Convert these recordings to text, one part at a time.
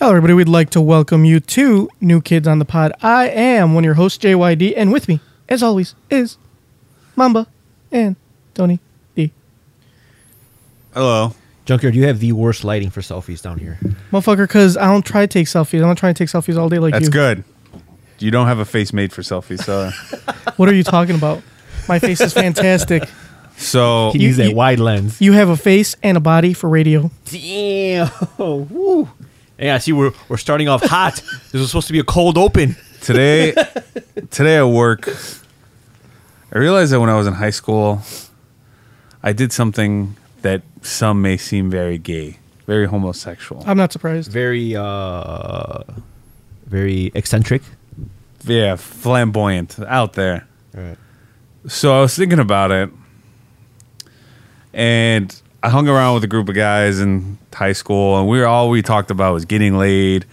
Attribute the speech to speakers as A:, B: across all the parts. A: Hello, everybody. We'd like to welcome you to New Kids on the Pod. I am one of your hosts, JYD, and with me, as always, is Mamba and Tony D.
B: Hello.
C: Junkyard, you have the worst lighting for selfies down here.
A: Motherfucker, because I don't try to take selfies. I don't try to take selfies all day like
B: That's
A: you.
B: good. You don't have a face made for selfies, so
A: What are you talking about? My face is fantastic.
B: so
C: He needs that
A: you-
C: wide lens.
A: You have a face and a body for radio.
C: Damn. Woo. Yeah, see, we're, we're starting off hot. this was supposed to be a cold open.
B: today today at work I realized that when I was in high school I did something that some may seem very gay, very homosexual.
A: I'm not surprised.
C: Very, uh, very eccentric.
B: yeah, flamboyant out there.
C: All right.
B: So I was thinking about it, and I hung around with a group of guys in high school, and we were all we talked about was getting laid.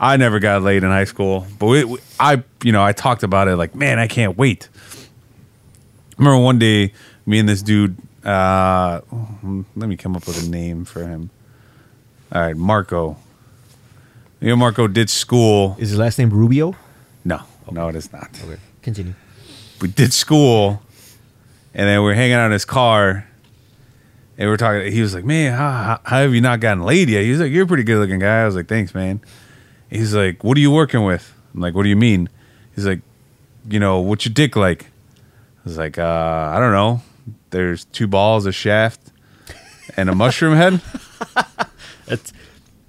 B: I never got laid in high school, but we, we- I, you know, I talked about it like, man, I can't wait. remember one day, me and this dude, uh, let me come up with a name for him. All right, Marco. You know, Marco did school.
C: Is his last name Rubio?
B: No, no, it is not
C: Continue.
B: we did school, and then we are hanging out in his car, and we are talking. He was like, "Man, how, how have you not gotten laid yet?" He was like, "You're a pretty good looking guy." I was like, "Thanks, man." He's like, "What are you working with?" I'm like, "What do you mean?" He's like, "You know, what's your dick like?" I was like, uh, "I don't know. There's two balls, a shaft, and a mushroom head."
C: That's,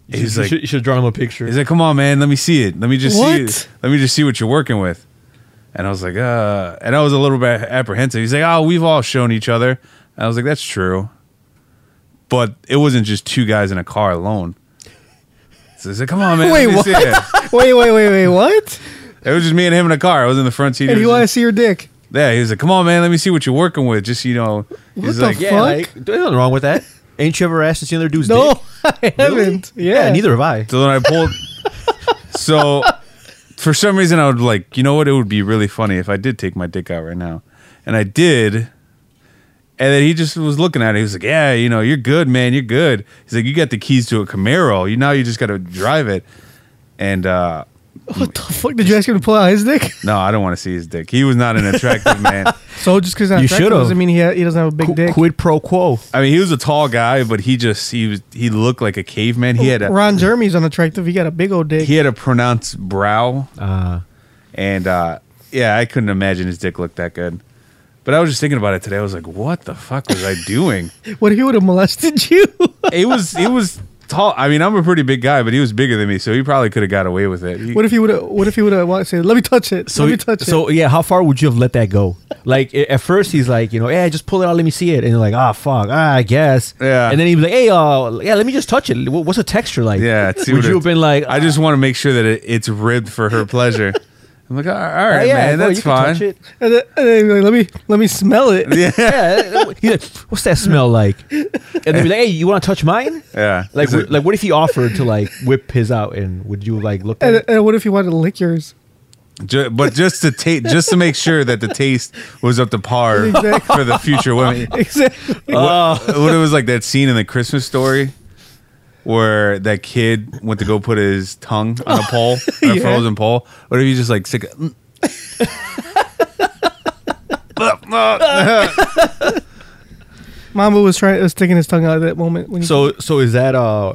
C: you
B: He's
C: should,
B: like-
C: you should, you should have drawn him a picture.
B: He's like, "Come on, man, let me see it. Let me just see
A: What?
B: it. Let me just see what you're working with." And I was like, "Uh," and I was a little bit apprehensive. He's like, "Oh, we've all shown each other." And I was like, "That's true," but it wasn't just two guys in a car alone. So he's like, "Come on, man,
A: Wait,
B: let me see it."
A: wait, wait, wait, wait. What?
B: It was just me and him in a car. I was in the front seat.
A: And
B: He
A: you
B: was
A: want to
B: just-
A: see your dick?
B: yeah, he was like, "Come on, man, let me see what you're working with." Just you know, he's
A: the
B: like,
A: fuck?
C: yeah, like, there's nothing wrong with that. Ain't you ever asked to see another dude's
A: No,
C: dick?
A: I haven't. Yeah.
C: Yeah, neither have I.
B: So then I pulled. so for some reason, I would like, you know what? It would be really funny if I did take my dick out right now. And I did. And then he just was looking at it. He was like, yeah, you know, you're good, man. You're good. He's like, you got the keys to a Camaro. You Now you just got to drive it. And, uh,
A: What the fuck? Did you ask him to pull out his dick?
B: no, I don't want to see his dick. He was not an attractive man.
A: So just because
C: You
A: he's not attractive
C: should've.
A: doesn't mean he, ha- he doesn't have a big
C: Qu-
A: dick.
C: Quid pro quo.
B: I mean, he was a tall guy, but he just he was he looked like a caveman. He had a
A: Ron Jeremy's unattractive. He got a big old dick.
B: he had a pronounced brow.
C: Uh,
B: And uh, yeah, I couldn't imagine his dick looked that good. But I was just thinking about it today. I was like, what the fuck was I doing?
A: What if he would have molested you?
B: it was it was tall. I mean, I'm a pretty big guy, but he was bigger than me, so he probably could have got away with it. He-
A: what if he would have? What if he would have said, "Let me touch it.
C: So,
A: let me touch it."
C: so yeah, how far would you have let that go? Like a- at first, he's like, you know, yeah, just pull it out, let me see it, and you're like, ah, fuck, ah, I guess.
B: Yeah.
C: And then he was like, hey, uh, yeah, let me just touch it. Wh- What's the texture like?
B: yeah, see
C: Would
B: what
C: you
B: it-
C: have been like? "Ah."
B: I just want to make sure that it, it's ribbed for her pleasure. I'm like, all right, all
C: "Ah,
B: right,
C: yeah,
B: man,
C: no,
B: that's
C: you can
B: fine.
C: touch it."
A: and then, and then he'd be like, let me let me smell it.
C: yeah. He's like, what's that smell like? And then be like, hey, you want to touch mine?
B: Yeah,
C: Like,
B: He's
C: wh- like, what if he offered to like whip his out, and would you like look at
A: And,
C: it?
A: and what if he wanted to lick yours?
B: ju- but just to ta- just to make sure that the taste was up to par
A: Exactly.
B: for the future women.
A: Exactly.
B: what,
C: Oh.
B: what it was like that scene in the Christmas story where that kid went to go put his tongue on a pole, on a
A: Yeah.
B: frozen pole. What if you just like mm. stick? a-
A: Mamba was trying was sticking his tongue out at that moment when he,
C: So, so is that uh,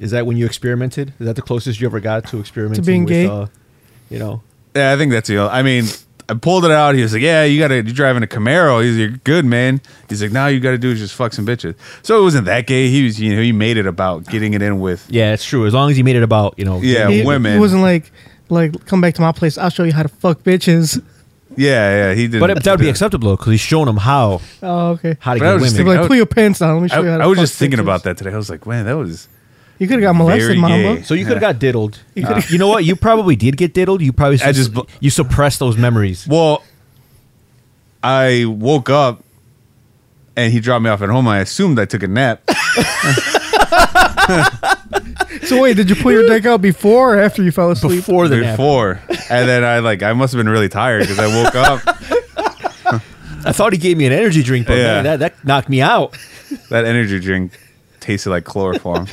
C: is that when you experimented? Is that the closest you ever got to experimenting
A: being
C: with,
A: gay?
C: Uh, you know.
B: Yeah, I think that's the. I mean, I pulled it out. He was like, "Yeah, you got to. You're driving a Camaro. He's like, you're good, man." He's like, "Now you got to do is just fuck some bitches." So it wasn't that gay. He was, you know, he made it about getting it in with.
C: Yeah, it's true. As long as you made it about, you know.
B: Yeah,
A: he,
B: women.
A: he wasn't like like come back to my place. I'll show you how to fuck bitches.
B: Yeah, yeah, he did.
C: But it- that would be acceptable because he's showing them how
A: Oh okay.
C: how to
B: But I was
C: get women.
B: just
A: He'd be
B: I
A: like
B: would-
A: pull your pants down. Let me show
B: I,
A: you how to.
B: I was
A: fuck
B: just thinking
A: bitches."
B: about that today. I was like, man, that was
A: You could have got molested,
B: Very
A: Mamba.
B: gay.
C: So you could have got diddled. You, coulda- you know what? You probably did get diddled. You probably
B: I
C: sus-
B: just bl-
C: you suppressed those memories.
B: Well, I woke up and he dropped me off at home. I assumed I took a nap.
A: So wait, did you pull your dick out before or after you fell asleep?
C: Before the nap.
B: before, and then I like I must have been really tired because I woke up.
C: I thought he gave me an energy drink, but
B: Yeah.
C: man, that that knocked me out.
B: That energy drink tasted like chloroform.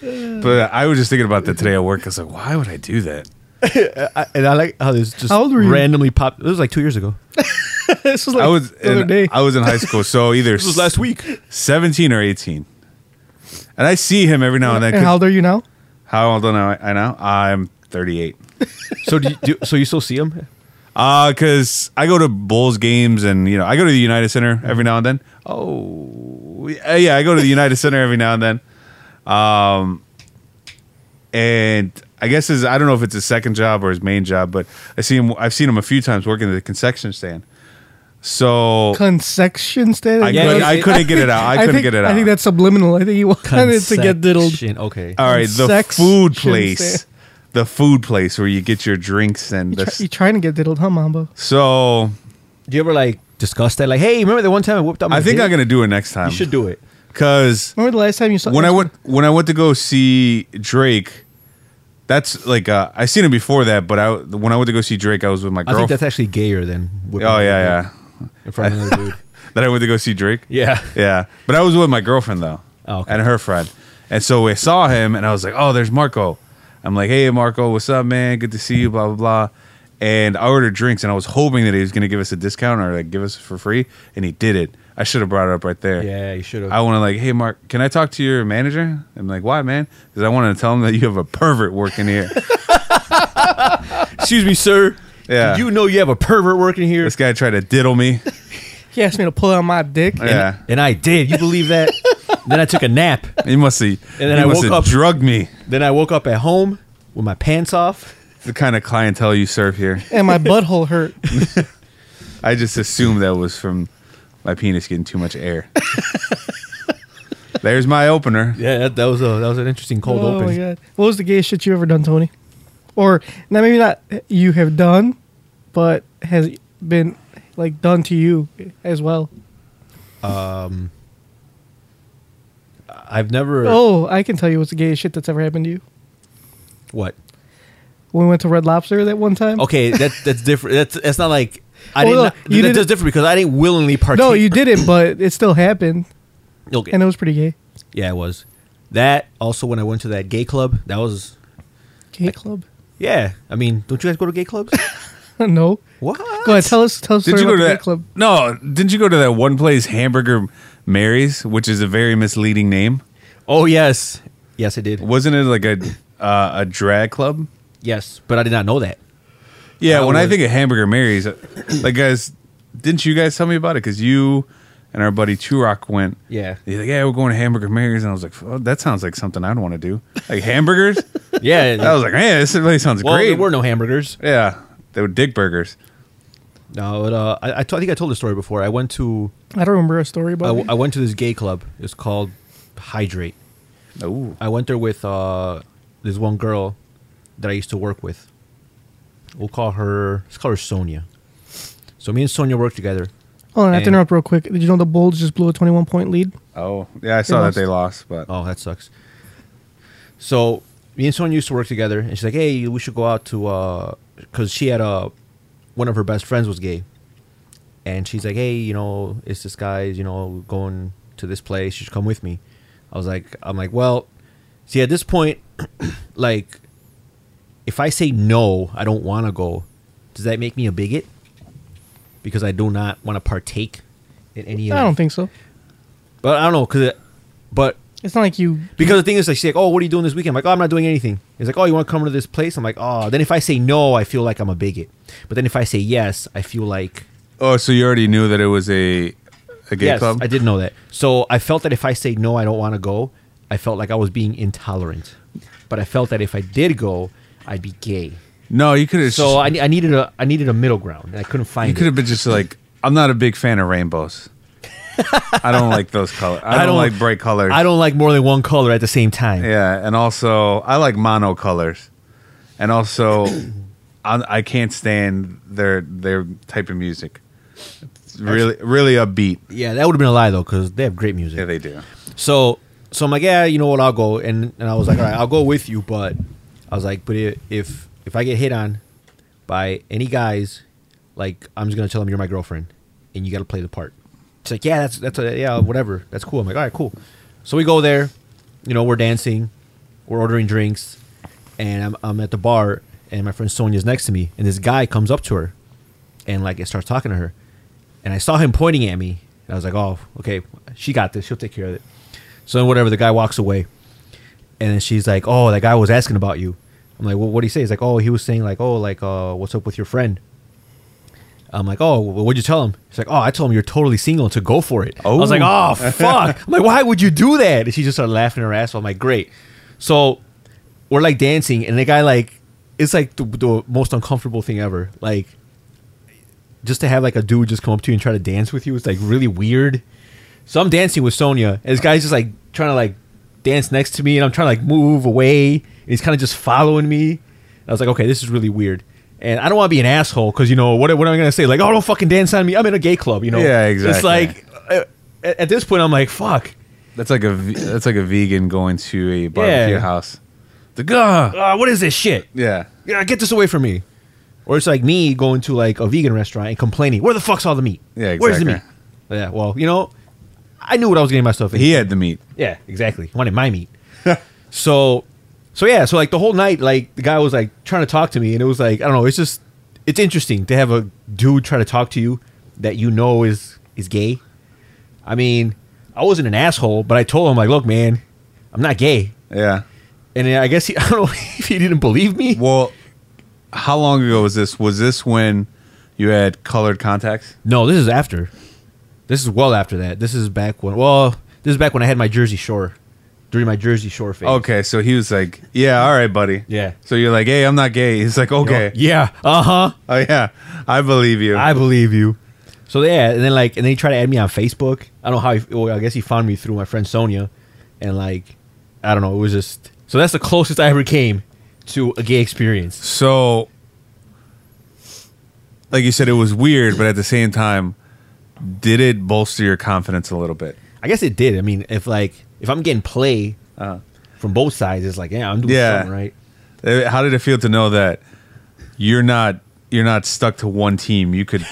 B: but I was just thinking about that today at work. I was like, why would I do that?
C: I, and I like how this just
A: How old were you?
C: randomly popped. It was like two years ago.
A: this was like
B: I was
A: the other
B: in-
A: day.
B: I was in high school, so either
C: This was last week.
B: 17 or 18. And I see him every now and then.
A: and
B: 'cause-
A: how old are you now?
B: how old am I I now? I'm 38.
C: So do you, do, so you still see him?
B: Uh, cause I go to Bulls games and you know I go to the United Center every now and then. Oh, yeah, yeah, I go to the United Center every now and then. Um, and I guess his I don't know if it's his second job or his main job, but I see him. I've seen him a few times working at the concession stand. So
A: Consection state.
B: I,
C: Yeah,
B: couldn't,
C: it-
B: I couldn't get it out. I, couldn't
A: think,
B: get it out.
A: I think that's subliminal. I think he wanted to get diddled.
C: Conception. Okay.
B: all right. The
A: Consection
B: food place,
A: stand.
B: the food place where you get your drinks and
A: You
B: the,
A: try- you trying to get diddled, huh, Mambo?
B: so.
C: do you ever like discuss that? Like, hey, remember that one time I whipped out my?
B: I think
C: dick?
B: I'm gonna do it next time.
C: You should do it.
B: because
A: Remember the last time you saw
B: when I went when I went to go see Drake, that's like uh, I seen him before that, but I when I went to go see Drake, I was with my
C: I think
B: girlfriend.
C: that's actually gayer than. whipping
B: Oh
C: out your
B: yeah,
C: dick In front of another dude.
B: yeah. That I went to go see Drake.
C: Yeah.
B: yeah. But I was with my girlfriend though,
C: Oh, okay.
B: and her friend, and so I saw him, and I was like, "Oh, there's Marco." I'm like, "Hey, Marco, what's up, man? Good to see you." Blah blah blah. And I ordered drinks, and I was hoping that he was going to give us a discount or like give us for free, and he did it. I should have brought it up right there.
C: Yeah, you should have.
B: I want to like, hey Mark, can I talk to your manager? I'm like, why, man? Because I want to tell him that you have a pervert working here.
C: Excuse me, sir.
B: Yeah.
C: Do You know you have a pervert working here.
B: this guy tried to diddle me.
A: He asked me to pull out my dick.
B: Yeah,
C: And I did. You believe that? then I took a nap.
B: he must have.
C: And then
B: he
C: I
B: must
C: woke
B: have
C: up-
B: drugged me.
C: Then I woke up at home with my pants off.
B: The kind of clientele you serve here.
A: And my butthole hurt.
B: I just assumed that was from my penis getting too much air. There's my opener.
C: Yeah, that, that was a that was an interesting cold
A: oh
C: open.
A: my god! What was the gayest shit you ever done, Tony? Or now maybe not you have done, but has been like done to you as well.
C: I've never.
A: Oh, I can tell you what's the gayest shit that's ever happened to you.
C: What?
A: When we went to Red Lobster that one time.
C: Okay, that that's different. That's that's not like I
A: Well, no,
C: didn't. not-
A: you
C: that-
A: didn't-
C: that's different because I didn't willingly partake.
A: No, you did it, but it still happened,
C: Okay.
A: and it was pretty gay.
C: yeah, it was. That also when I went to that gay club, that was.
A: Gay club?
C: Yeah, I mean, don't you guys go to gay clubs?
A: no.
C: what?
A: Go ahead. Tell us. Tell us.
B: Did
A: story
B: you go
A: about
B: to
A: the gay
B: that
A: club?
B: No, didn't you go to that one place, Hamburger Mary's, which is a very misleading name?
C: Oh yes, yes I did.
B: Wasn't it like a uh, a drag club?
C: Yes, but I did not know that.
B: Yeah,
C: That
B: when I
C: was-
B: think of Hamburger Mary's, uh, like guys, didn't you guys tell me about it? Because you and our buddy Turok went.
C: Yeah.
B: He's like, yeah, we're going to Hamburger Mary's, and I was like, oh, that sounds like something I'd want to do, like hamburgers.
C: Yeah,
B: I was like, man, this really sounds
C: well,
B: great.
C: there were no hamburgers.
B: yeah, they were dick burgers.
C: No, but, uh, I I to- I think I told the story before. I went to
A: I don't remember a story
C: I,
A: about.
C: w-
A: it.
C: I went to this gay club. It's called Hydrate.
B: Oh,
C: I went there with uh, this one girl that I used to work with. We'll call her. Let's call her Sonia. So me and Sonia worked together.
A: Hold on, I have to
C: and-
A: interrupt real quick. Did you know the Bulls just blew a 21 point lead?
B: oh, yeah, I saw that
A: lost.
B: they lost, but
C: Oh, that sucks. So me and Sonia used to work together, and she's like, "Hey, we should go out to," because she had a one of her best friends was gay, and she's like, "Hey, you know, it's this guy's, you know, going to this place. You should come with me." I was like, "I'm like, well, see, at this point, like, if I say no, I don't want to go. Does that make me a bigot? Because I do not want to partake in any. of
A: I don't think so.
C: But I don't know, cause, it, but
A: It's not like you.
C: because the thing is, like, she's like, "Oh, what are you doing this weekend?" I'm like, "Oh, I'm not doing anything." He's like, "Oh, you want to come to this place?" I'm like, "Oh." Then if I say no, I feel like I'm a bigot. But then if I say yes, I feel like
B: oh, so you already knew that it was a a gay
C: yes,
B: club?
C: I did know that. So I felt that if I say no, I don't want to go. I felt like I was being intolerant. But I felt that if I did go, I'd be gay.
B: No, you could have.
C: So I, ne- I needed a I needed a middle ground, and I couldn't find.
B: you could
C: it.
B: have been just like, I'm not a big fan of rainbows. I don't like those colors. I, don't, like bright colors.
C: I don't like more than one color at the same time.
B: Yeah, and also I like mono colors, and also I, I can't stand their their type of music. It's really, really upbeat.
C: Yeah, that would have been a lie though, because they have great music.
B: Yeah, they do.
C: So so I'm like, yeah, you know what? I'll go, and and I was like, all right, I'll go with you, but I was like, but i- if if I get hit on by any guys, like I'm just gonna tell them you're my girlfriend, and you got to play the part. It's like, yeah, that's that's a, yeah, whatever, that's cool. I'm like, all right, cool. So we go there, you know, we're dancing, we're ordering drinks, and I'm I'm at the bar, and my friend Sonia's next to me, and this guy comes up to her, and like it starts talking to her, and I saw him pointing at me, and I was like, oh, okay, she got this, she'll take care of it. So then whatever, the guy walks away. And then she's like, Oh, that guy was asking about you. I'm like, Well, what'd he say? He's like, Oh, he was saying like, oh, like, uh, what's up with your friend? I'm like, oh, wh- what'd you tell him? He's like, oh, I told him you're totally single to go for it. I was like, oh, fuck. I'm like, why would you do that? And she just started laughing her ass off. I'm like, great. So we're like dancing, and the guy, like, it's like the, the most uncomfortable thing ever. Like, just to have like a dude just come up to you and try to dance with you is like really weird. So I'm dancing with Sonia, and this guy's just like trying to like dance next to me, and I'm trying to like move away, and he's kind of just following me. And I was like, okay, this is really weird, and I don't want to be an asshole because you know what? What am I gonna say? Like, oh, don't fucking dance on me. I'm in a gay club, you know?
B: Yeah,
C: It's
B: exactly.
C: like uh, at at this point, I'm like, fuck.
B: That's like a ve- that's like a vegan going to a barbecue
C: Yeah.
B: house. The guy.
C: Uh, what is this shit?
B: Yeah.
C: Yeah, get this away from me. Or it's like me going to like a vegan restaurant and complaining, where the fuck's all the meat?
B: Yeah,
C: Where's the meat?
B: exactly.
C: Yeah, well, you know, I knew what I was getting myself into.
B: He had the meat.
C: Yeah, exactly. Wanted my meat. so, so yeah, so like the whole night, like the guy was like trying to talk to me, and it was like I don't know. It's just it's interesting to have a dude try to talk to you that you know is is gay. I mean, I wasn't an asshole, but I told him like, look, man, I'm not gay,
B: Yeah.
C: and then I guess he I don't know if he didn't believe me.
B: Well, how long ago was this? Was this when you had colored contacts?
C: No, this is after. This is well after that. This is back when. Well, this is back when I had my Jersey Shore, during my Jersey Shore phase.
B: Okay, so he was like, "Yeah, all right, buddy."
C: Yeah.
B: So you're like, "Hey, I'm not gay." He's like,
C: You know?
B: "Okay,
C: Yeah. Uh huh.
B: oh yeah, I believe you."
C: I believe you. So yeah, and then like, and then he tried to add me on Facebook. I don't know how. He, well, I guess he found me through my friend Sonia, and like, I don't know. It was just. So that's the closest I ever came to a gay experience.
B: so, like you said, it was weird, but at the same time, did it bolster your confidence a little bit?
C: I guess it did. I mean, if like, if I'm getting play
B: Uh,
C: from both sides, it's like, yeah, I'm doing
B: Yeah.
C: something right.
B: eh, how did it feel to know that you're not you're not stuck to one team? You could.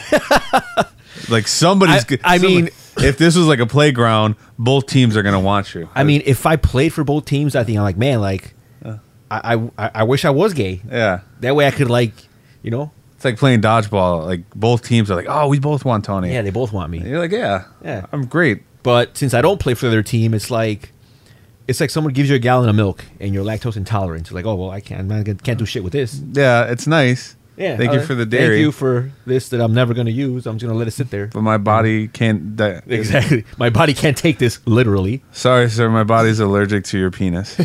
B: Like somebody's.
C: I-
B: good-
C: I mean-
B: if this was like a playground, both teams are gonna want you.
C: I mean, if I played for both teams, I think I'm like, man, like, I, I- I I wish I was gay.
B: yeah,
C: That way I could like, you know,
B: it's like playing dodgeball. Like both teams are like, oh, we both want Tony.
C: yeah, they both want me.
B: You're like, yeah,
C: Yeah.
B: I'm great.
C: But since I don't play for their team, it's like, it's like someone gives you a gallon of milk and you're lactose intolerant. You're like, oh well, I can't, I can't do shit with this.
B: Yeah, it's nice.
C: Yeah,
B: thank
C: all
B: you
C: right.
B: for the dairy.
C: Thank you for this that I'm never gonna use. I'm just gonna let it sit there.
B: but my body can't. Di-
C: Exactly. My body can't take this literally.
B: Sorry, sir. My body's allergic to your penis.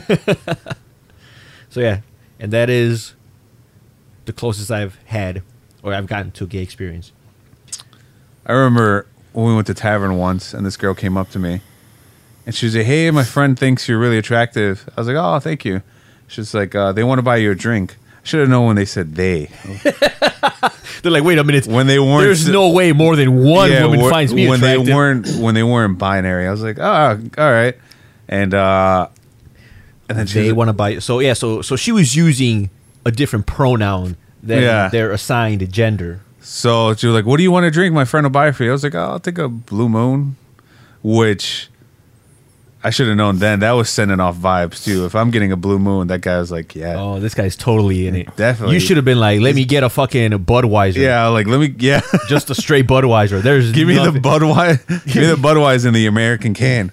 C: So yeah, and that is the closest I've had or I've gotten to a gay experience.
B: I remember when we went to tavern once, and this girl came up to me, and she was like, "Hey, my friend thinks you're really attractive." I was like, "Oh, thank you." She's like, uh, "They want to buy you a drink." I should have known when they said they.
C: They're like, wait a minute.
B: When they weren't
C: There's no way more than one
B: Yeah,
C: woman
B: wor-
C: finds me
B: when
C: attractive.
B: they weren't when they weren't binary. I was like, "Oh, all right," and uh, and then she
C: they
B: was-
C: want to buy. So yeah, so so she was using a different pronoun than
B: Yeah.
C: their assigned gender.
B: So she was like, "What do you want to drink? My friend will buy it for you." I was like, oh, "I'll take a Blue Moon," which I should have known then. That was sending off vibes too. If I'm getting a Blue Moon, that guy was like, "Yeah,
C: Oh, this guy's totally in it.
B: Definitely.
C: You should have been like, let me get a fucking Budweiser.
B: yeah." Like, let me, yeah,
C: Just a straight Budweiser. There's
B: give me the
C: nothing.
B: Budweiser, give me the Budweiser in the American can,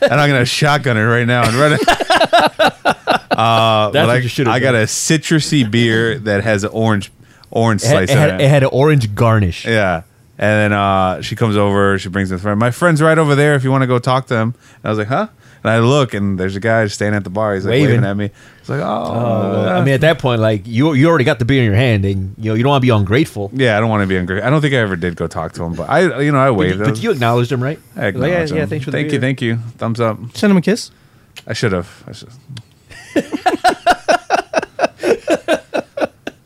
B: and I'm gonna shotgun it right now and run it. Uh,
C: That's
B: but
C: what
B: I,
C: you should have
B: I got
C: done.
B: a citrusy beer that has an orange, orange
C: It had,
B: slice
C: it,
B: in
C: had,
B: it.
C: it had an orange garnish.
B: Yeah. And then uh, she comes over, she brings in a friend. My friend's right over there if you want to go talk to him. And I was like, huh? And I look, and there's a guy just standing at the bar. He's like waving,
C: Waving.
B: at me. It's like, oh,
C: Uh, I mean, at that point, like you, you already got the beer in your hand, and you know you don't want to be ungrateful.
B: yeah, I don't want to be angry. I don't think I ever did go talk to him, but I, you know, I waved. I
C: But
B: was-
C: you acknowledged him, right?
B: I
C: Like, yeah,
B: acknowledged him.
C: yeah, thanks for the
B: thank
C: beer.
B: you, thank you. Thumbs up.
A: Send him a kiss.
B: I should have. I should.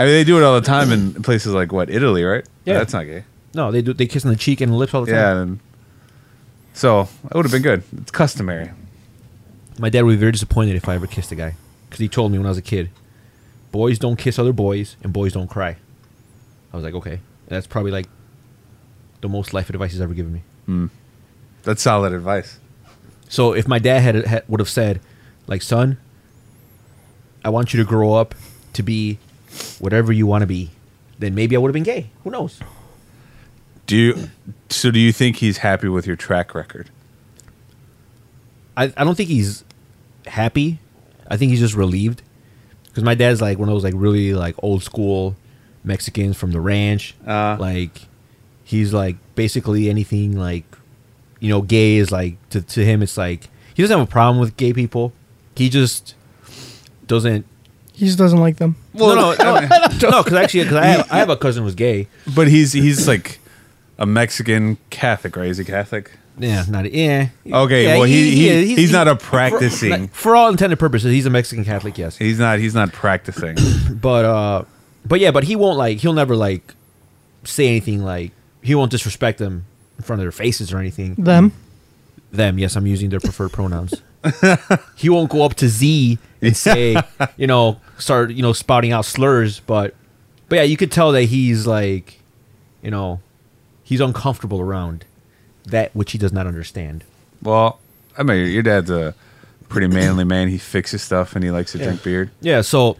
B: I mean, they do it all the time in places like what Italy, right?
C: Yeah.
B: that's not gay.
C: No, they do. They kiss on the cheek and the lips all the time.
B: Yeah, and so it would have been good. It's customary.
C: My dad would be very disappointed if I ever kissed a guy because he told me when I was a kid, boys don't kiss other boys and boys don't cry. I was like, okay, And that's probably like the most life advice he's ever given me.
B: That's solid advice.
C: So if my dad had, had would have said, like, son, I want you to grow up to be whatever you want to be, then maybe I would have been gay. Who knows?
B: Do you? So do you think he's happy with your track record?
C: I, I don't think he's happy. I think he's just relieved because my dad's like one of those like really like old school Mexicans from the ranch.
B: Uh.
C: like he's like basically anything like you know gay is like to to him it's like he doesn't have a problem with gay people. He just doesn't.
A: He just doesn't like them.
C: no, no, no, no. Because actually, because I, have- I have a cousin who's gay.
B: But he's he's like a Mexican Catholic, right? Is he Catholic?
C: Yeah, not yeah.
B: Okay,
C: Yeah,
B: well he, he,
C: is.
B: he's, not a
C: for,
B: practicing.
C: like, for all intended purposes. He's a Mexican Catholic. Yes,
B: He's not he's not practicing.
C: But uh but yeah, but he won't like he'll never like say anything like he won't disrespect them in front of their faces or anything.
A: Them.
C: Them, yes, I'm using their preferred pronouns. he won't go up to Z and say, you know, start, you know, spouting out slurs, but but yeah, you could tell that he's like, you know, he's uncomfortable around that which he does not understand.
B: Well, I mean, your dad's a pretty manly man. He fixes stuff and he likes to drink beer.
C: Yeah, so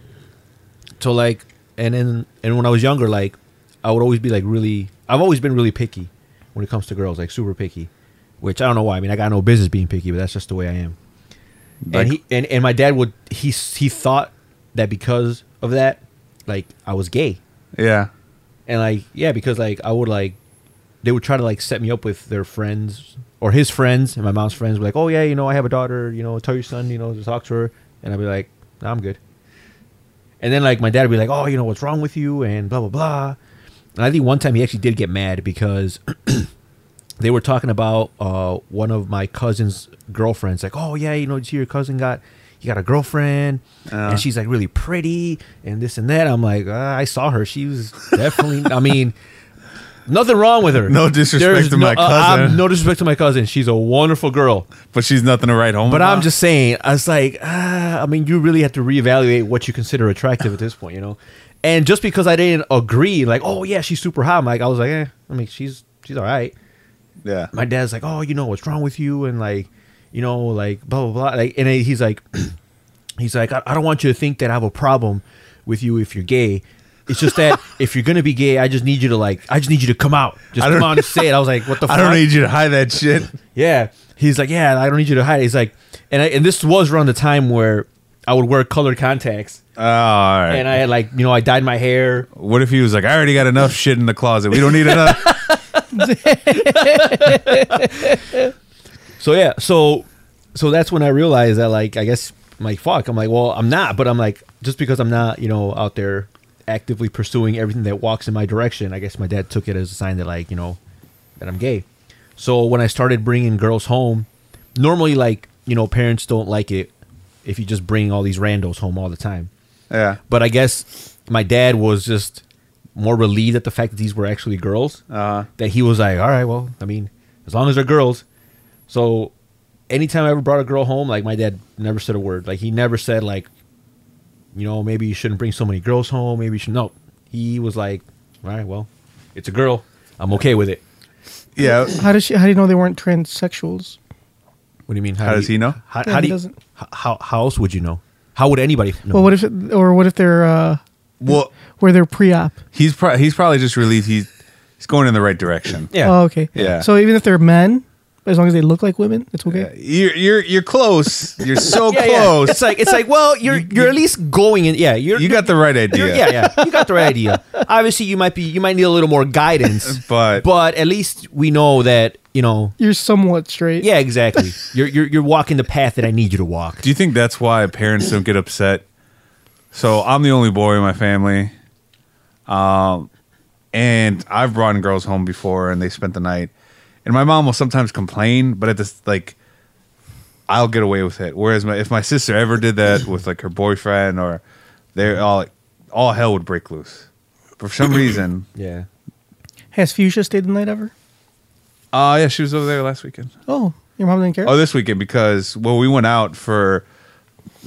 C: so like and then and when I was younger, like I would always be like really I've always been really picky when it comes to girls, like super picky. Which I don't know why. I mean I got no business being picky, but that's just the way I am.
B: Like-
C: and he and, and my dad would he he thought that because of that, like I was gay.
B: Yeah.
C: And like yeah, because like I would like they would try to like set me up with their friends or his friends and my mom's friends were like, Oh yeah, you know, I have a daughter, you know, tell your son, you know, to talk to her and I'd be like, nah, I'm good. And then like my dad would be like, Oh, you know, what's wrong with you and blah blah blah. And I think one time he actually did get mad because they were talking about uh, one of my cousin's girlfriends. Like, oh yeah, you know, did you see your cousin got he got a girlfriend,
B: Uh-huh.
C: and she's like really pretty and this and that. I'm like, uh, I saw her. She was definitely. I mean, nothing wrong with her.
B: No disrespect to my
C: uh,
B: cousin.
C: no disrespect to my cousin. She's a wonderful girl.
B: But she's nothing to write home
C: But
B: about.
C: I'm just saying, I was like, ah, I mean, you really have to reevaluate what you consider attractive at this point, you know. And just because I didn't agree, like, oh yeah, she's super hot, Mike, I was like, eh, I mean, she's she's all right.
B: Yeah.
C: My dad's like, oh, you know what's wrong with you, and like, you know, like blah blah blah, like, and then he's like, he's like, I, I don't want you to think that I have a problem with you if you're gay. It's just that if you're gonna be gay, I just need you to like, I just need you to come out, just
B: I don't-
C: come out and say it. I was like, what the?
B: I
C: fuck?
B: don't need you to hide that shit.
C: Yeah. He's like, yeah, I don't need you to hide. He's like, and I, and this was around the time where I would wear colored contacts,
B: Oh, all right.
C: and I had like, you know, I dyed my hair.
B: what if he was like, I already got enough shit in the closet. We don't need enough.
C: So yeah, so so that's when I realized that like, I guess, I'm like, fuck, I'm like, well, I'm not, but I'm like, just because I'm not, you know, out there actively pursuing everything that walks in my direction, I guess my dad took it as a sign that like, you know, that I'm gay. So when I started bringing girls home, normally like, you know, parents don't like it if you just bring all these randos home all the time.
B: yeah.
C: But I guess my dad was just more relieved at the fact that these were actually girls.
B: Uh-huh.
C: That he was like, all right, well, I mean, as long as they're girls. So anytime I ever brought a girl home, like my dad never said a word. Like he never said like, you know, maybe you shouldn't bring so many girls home. Maybe you should. No, he was like, all right, well, it's a girl. I'm okay with it.
B: Yeah.
A: How does she? How do you know they weren't transsexuals?
C: What do you mean?
B: How
C: do
B: does
C: you-
B: he know?
C: How,
A: Yeah,
C: how
A: he
C: do you,
A: doesn't.
C: h- how how else would you know? How would anybody know?
A: Well, what if? It, or what if they're? Uh,
B: Well,
A: where they're pre-op?
B: he's pro- he's probably just relieved he's he's going in the right direction.
C: yeah.
A: Oh, okay.
B: Yeah.
A: So even if they're men, as long as they look like women, it's okay.
B: You're you're you're close. You're so
C: Yeah, yeah.
A: Oh,
B: close.
C: It's like it's like well, you're you're at least going in. Yeah, you're
B: you got the right idea.
C: you're- yeah, yeah. You got the right idea. Obviously, you might be you might need a little more guidance,
B: But-
C: but at least we know that you know.
A: You're somewhat straight.
C: Yeah, exactly. You're you're you're walking the path that I need you to walk.
B: Do you think that's why parents don't get upset? So I'm the only boy in my family, um, and I've brought in girls home before, and they spent the night. And my mom will sometimes complain, but at this like, I'll get away with it. Whereas my, if my sister ever did that with like her boyfriend or they're all like, all hell would break loose. For some reason,
C: Yeah.
A: Has Fuchsia stayed the night ever?
B: uh yeah, she was over there last weekend.
A: Oh, your mom didn't care.
B: Oh, this weekend because well, we went out for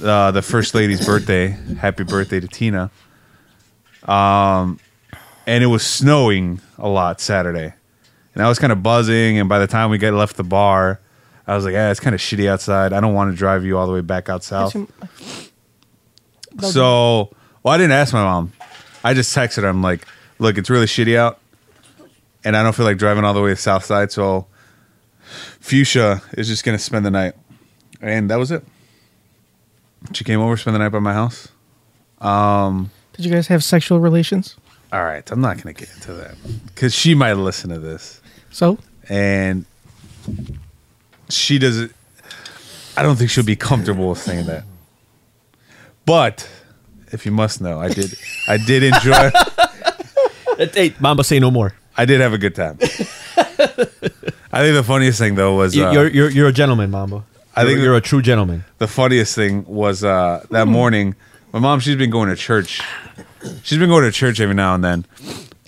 B: uh, the first lady's birthday. Happy birthday to Tina. Um, and it was snowing a lot Saturday, and I was kind of buzzing. And by the time we got left the bar, I was like, "Yeah, it's kind of shitty outside. I don't want to drive you all the way back out south."
A: Assume-
B: So, well, I didn't ask my mom. I just texted her. I'm like, look, it's really shitty out, and I don't feel like driving all the way to South Side. So, Fuchsia is just gonna spend the night, and that was it. She came over, spent the night by my house.
A: Did you guys have sexual relations?
B: All right, I'm not gonna get into that because she might listen to this,
A: So
B: and she doesn't. I don't think she'll be comfortable with saying that. But if you must know, I did. I did enjoy.
C: Hey, Mamba, say no more.
B: I did have a good time. I think the funniest thing though was
C: You-
B: uh,
C: You're you're you're a gentleman, Mamba.
B: I think-
C: You're- you're a true gentleman.
B: the funniest thing was uh, that
C: Hmm.
B: morning. My mom, she's been going to church. She's been going to church every now and then.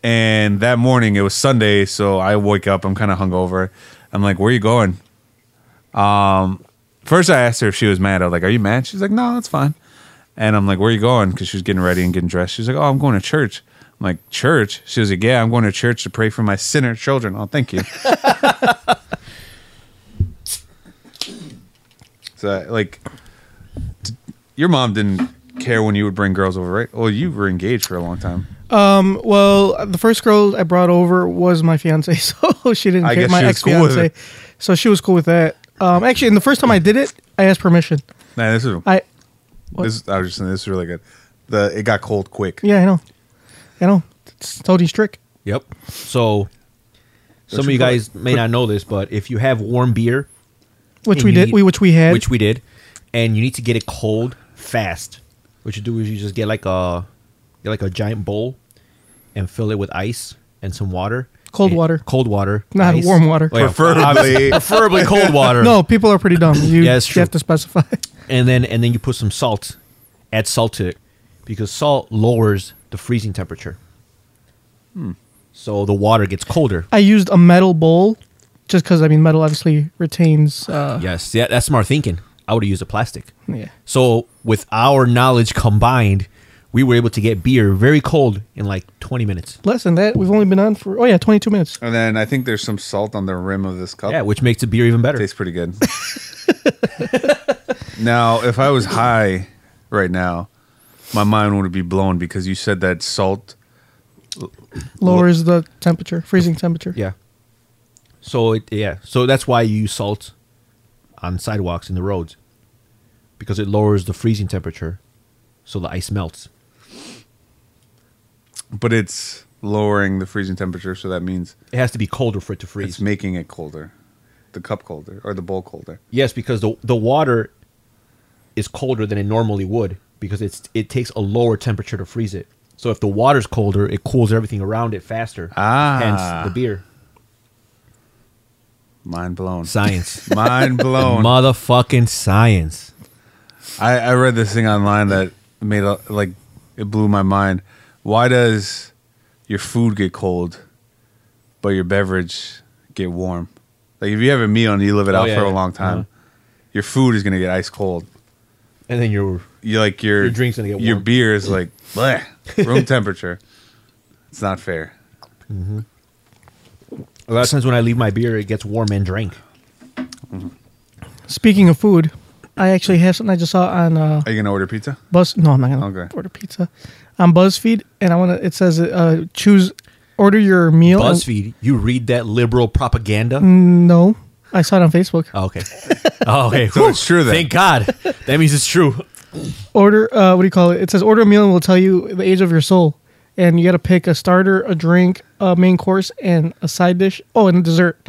B: And that morning, it was Sunday, so I wake up. I'm kind of hungover. I'm like, "Where you going?" Um, first I asked her if she was mad. I was like, "Are you mad?" She's like, "No, that's fine." And I'm like, "Where you going?" Because she was getting ready and getting dressed. She's like, "Oh, I'm going to church." I'm like, "Church?" She was like, "Yeah, I'm going to church to pray for my sinner children." Oh, thank you. so like, d- your mom didn't care when you would bring girls over, right? Well, you were engaged for a long time.
A: Um, well, the first girl I brought over was my fiance, so she didn't
B: I
A: care.
B: guess
A: My
B: she was
A: ex
B: cool with
A: fiance,
B: it.
A: so she was cool with that. Um, actually, and the first time I did it, I asked permission.
B: Nah, this is
A: I
B: this. I was just saying this is really good. The it got cold quick.
A: yeah, I know, I know. It's Tony's trick.
C: Yep. So
B: Which
C: some of
B: we
C: you guys may not know this, but if you have warm beer,
A: Which
C: and
A: we
C: you
A: did,
C: need-
A: we which we had.
C: which we did, and you need to get it cold fast. What you do is you just get like a get like a giant bowl and fill it with ice and some water.
A: Cold
C: And-
A: water.
C: cold water,
A: Not
C: ice.
A: warm water.
B: Preferably-
C: preferably cold water.
A: no, people are pretty dumb. You,
C: Yeah, it's
A: you have to
C: true.
A: specify.
C: and then and then you put some salt, add salt to it, because salt lowers the freezing temperature. So the water gets colder.
A: I used a metal bowl, just because I mean metal obviously retains. Uh,
C: Yes, yeah, that's smart thinking. I would have used a plastic.
A: yeah.
C: So with our knowledge combined, we were able to get beer very cold in like 20 minutes.
A: Less than that, we've only been on for oh yeah, twenty two minutes.
B: And then I think there's some salt on the rim of this cup.
C: Yeah, which makes the beer even better.
B: tastes pretty good. now, if I was high right now, my mind would be blown because you said that salt.
A: Lowers the temperature, freezing temperature.
C: Yeah. So it yeah, so that's why you use salt on sidewalks and the roads because it lowers the freezing temperature so the ice melts.
B: But it's lowering the freezing temperature, so that means
C: It has to be colder for it to freeze.
B: it's making it colder, the cup colder or the bowl colder.
C: Yes, because the the water is colder than it normally would because it's it takes a lower temperature to freeze it. So if the water's colder, it cools everything around it faster.
B: Ah.
C: hence the beer.
B: Mind blown.
C: Science,
B: Mind blown.
C: motherfucking science.
B: I, I read this thing online that made a, like it blew my mind. Why does your food get cold, but your beverage get warm? Like if you have a meal and you live it
C: Oh,
B: out
C: yeah,
B: for a
C: yeah.
B: long time,
C: Uh-huh.
B: your food is gonna get ice cold.
C: And then you're
B: You like your
C: Your drink's gonna get
B: your
C: warm.
B: beer is like bleh, room temperature. It's not fair.
C: a lot of times when I leave my beer, it gets warm and drank.
A: Speaking of food, I actually have something I just saw on uh,
B: Are you gonna order pizza?
A: Buzz. No, I'm not gonna
B: Okay.
A: order pizza on BuzzFeed, and I want to. It says uh, choose order your meal.
B: Mm.
C: BuzzFeed, you read that liberal propaganda?
A: No, I saw it on Facebook.
C: Oh, okay. Oh, okay.
B: So it's true then.
C: Thank God. That means it's true.
A: Order, uh, what do you call it? It says order a meal and we'll tell you the age of your soul. And you got to pick a starter, a drink, a main course, and a side dish. Oh, and a dessert.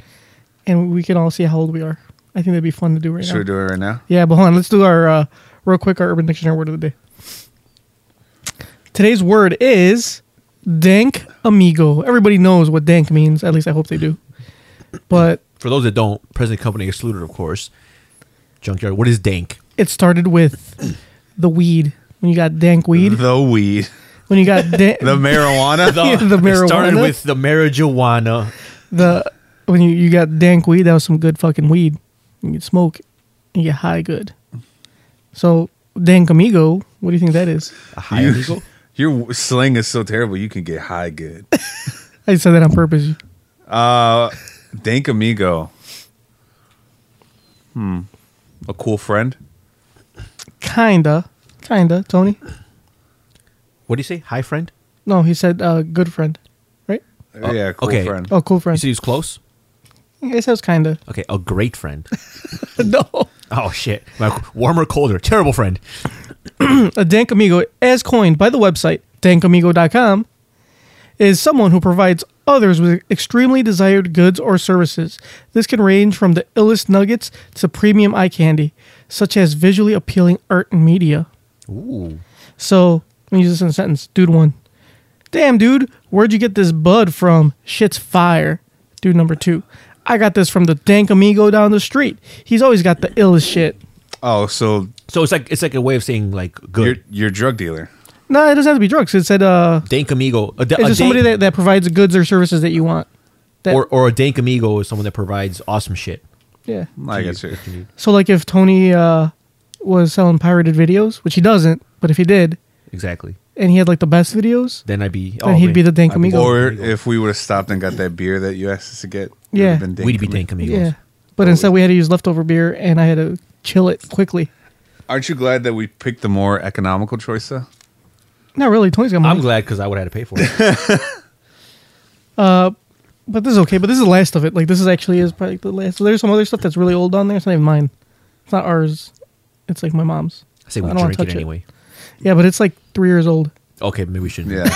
A: And we can all see how old we are. I think that'd be fun to do right
B: Should
A: now.
B: we do it right now?
A: Yeah, but hold on. Let's do our uh, real quick our Urban Dictionary word of the day. Today's word is dank amigo. Everybody knows what dank means. At least I hope they do. But
C: For those that don't, present company excluded, of course. Junkyard. What is dank?
A: it started with the weed. When you got dank weed.
B: The weed,
A: When you got dank.
B: Mm-hmm. the marijuana.
A: The
C: It started
A: marijuana?
C: with the marijuana.
A: the when you, you got dank weed, that was some good fucking weed. You could smoke and get high good. So dank amigo, what do you think that is?
C: A high
B: You-
C: amigo?
B: Your slang is so terrible. You can get high good.
A: I said that on purpose.
B: Uh, Dank amigo. Hmm. A cool friend.
A: Kinda, kinda. Tony,
C: What do you say? High friend?
A: no, he said uh, good friend, right?
B: yeah, cool
C: okay.
B: friend.
A: Oh, cool
C: You
A: friend.
C: said he's close?
A: I said it was kinda.
C: Okay, a great friend.
A: no,
C: Oh, shit. My warmer, colder. Terrible friend.
A: a dank amigo, as coined by the website dankamigo.com, is someone who provides others with extremely desired goods or services. This can range from the illest nuggets to premium eye candy, such as visually appealing art and media.
C: Ooh.
A: So, let me use this in a sentence. Dude one. Damn, dude, where'd you get this bud from? Shit's fire. Dude number two. I got this from the dank amigo down the street. He's always got the illest shit.
B: Oh, so
C: So it's like it's like a way of saying like
B: you're
C: good.
B: you're a drug dealer.
A: No, it doesn't have to be drugs. It said uh
C: dank amigo. A, da-
A: It's
C: a
A: just somebody
C: dank-
A: that, that provides the goods or services that you want. That,
C: or, or a dank amigo is someone that provides awesome shit.
A: yeah.
B: I get you.
A: So like if Tony uh, was selling pirated videos, which he doesn't, but if he did,
C: Exactly.
A: and he had like the best videos,
C: Then I'd be. oh,
A: Then he'd be the dank
C: I'd be-
A: amigo.
B: Or if we would have stopped and got that beer that you asked us to get, we'd
A: Yeah.
B: have been
C: We'd be
B: amigo.
C: dank amigos.
A: yeah. But instead we had to use leftover beer, and I had to chill it quickly.
B: Aren't you glad that we picked the more economical choice though?
A: Not really. Tony's got money,
C: I'm glad because I would have had to pay for it.
A: but this is okay. But this is the last of it. Like this is actually is probably the last. there's some other stuff that's really old on there. It's not even mine. It's not ours. It's like my mom's.
C: I say we
A: don't wanna
C: drink it
A: touch
C: anyway.
A: Yeah, but it's like three years old.
C: Okay, maybe we shouldn't.
B: Yeah.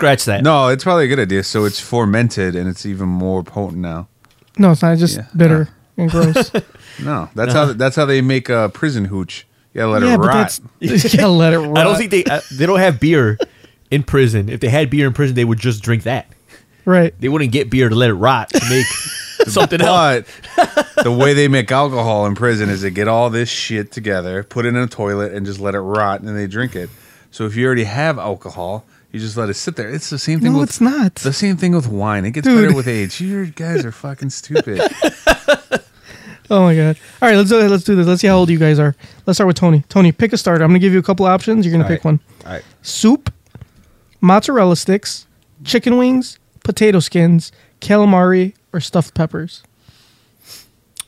C: Scratch that.
B: no, it's probably a good idea. So it's fermented and it's even more potent now.
A: No, it's not. It's just
B: Yeah.
A: bitter and gross.
B: No, that's how that's how they make uh, prison hooch. You gotta let
A: yeah,
B: it
A: but
B: rot.
A: that's you gotta let it rot.
C: I don't think they uh, they don't have beer in prison. If they had beer in prison, they would just drink that.
A: right.
C: They wouldn't get beer to let it rot to make something else.
B: But the way they make alcohol in prison is they get all this shit together, put it in a toilet, and just let it rot, and they drink it. So if you already have alcohol, you just let it sit there. It's the same thing.
A: No,
B: with,
A: it's not.
B: The same thing with wine. It gets better with age. You guys are fucking stupid.
A: Oh my god! All right, let's do let's do this. Let's see how old you guys are. Let's start with Tony. Tony, pick a starter. I'm gonna give you a couple options. You're gonna pick one:
B: All right.
A: soup, mozzarella sticks, chicken wings, potato skins, calamari, or stuffed peppers.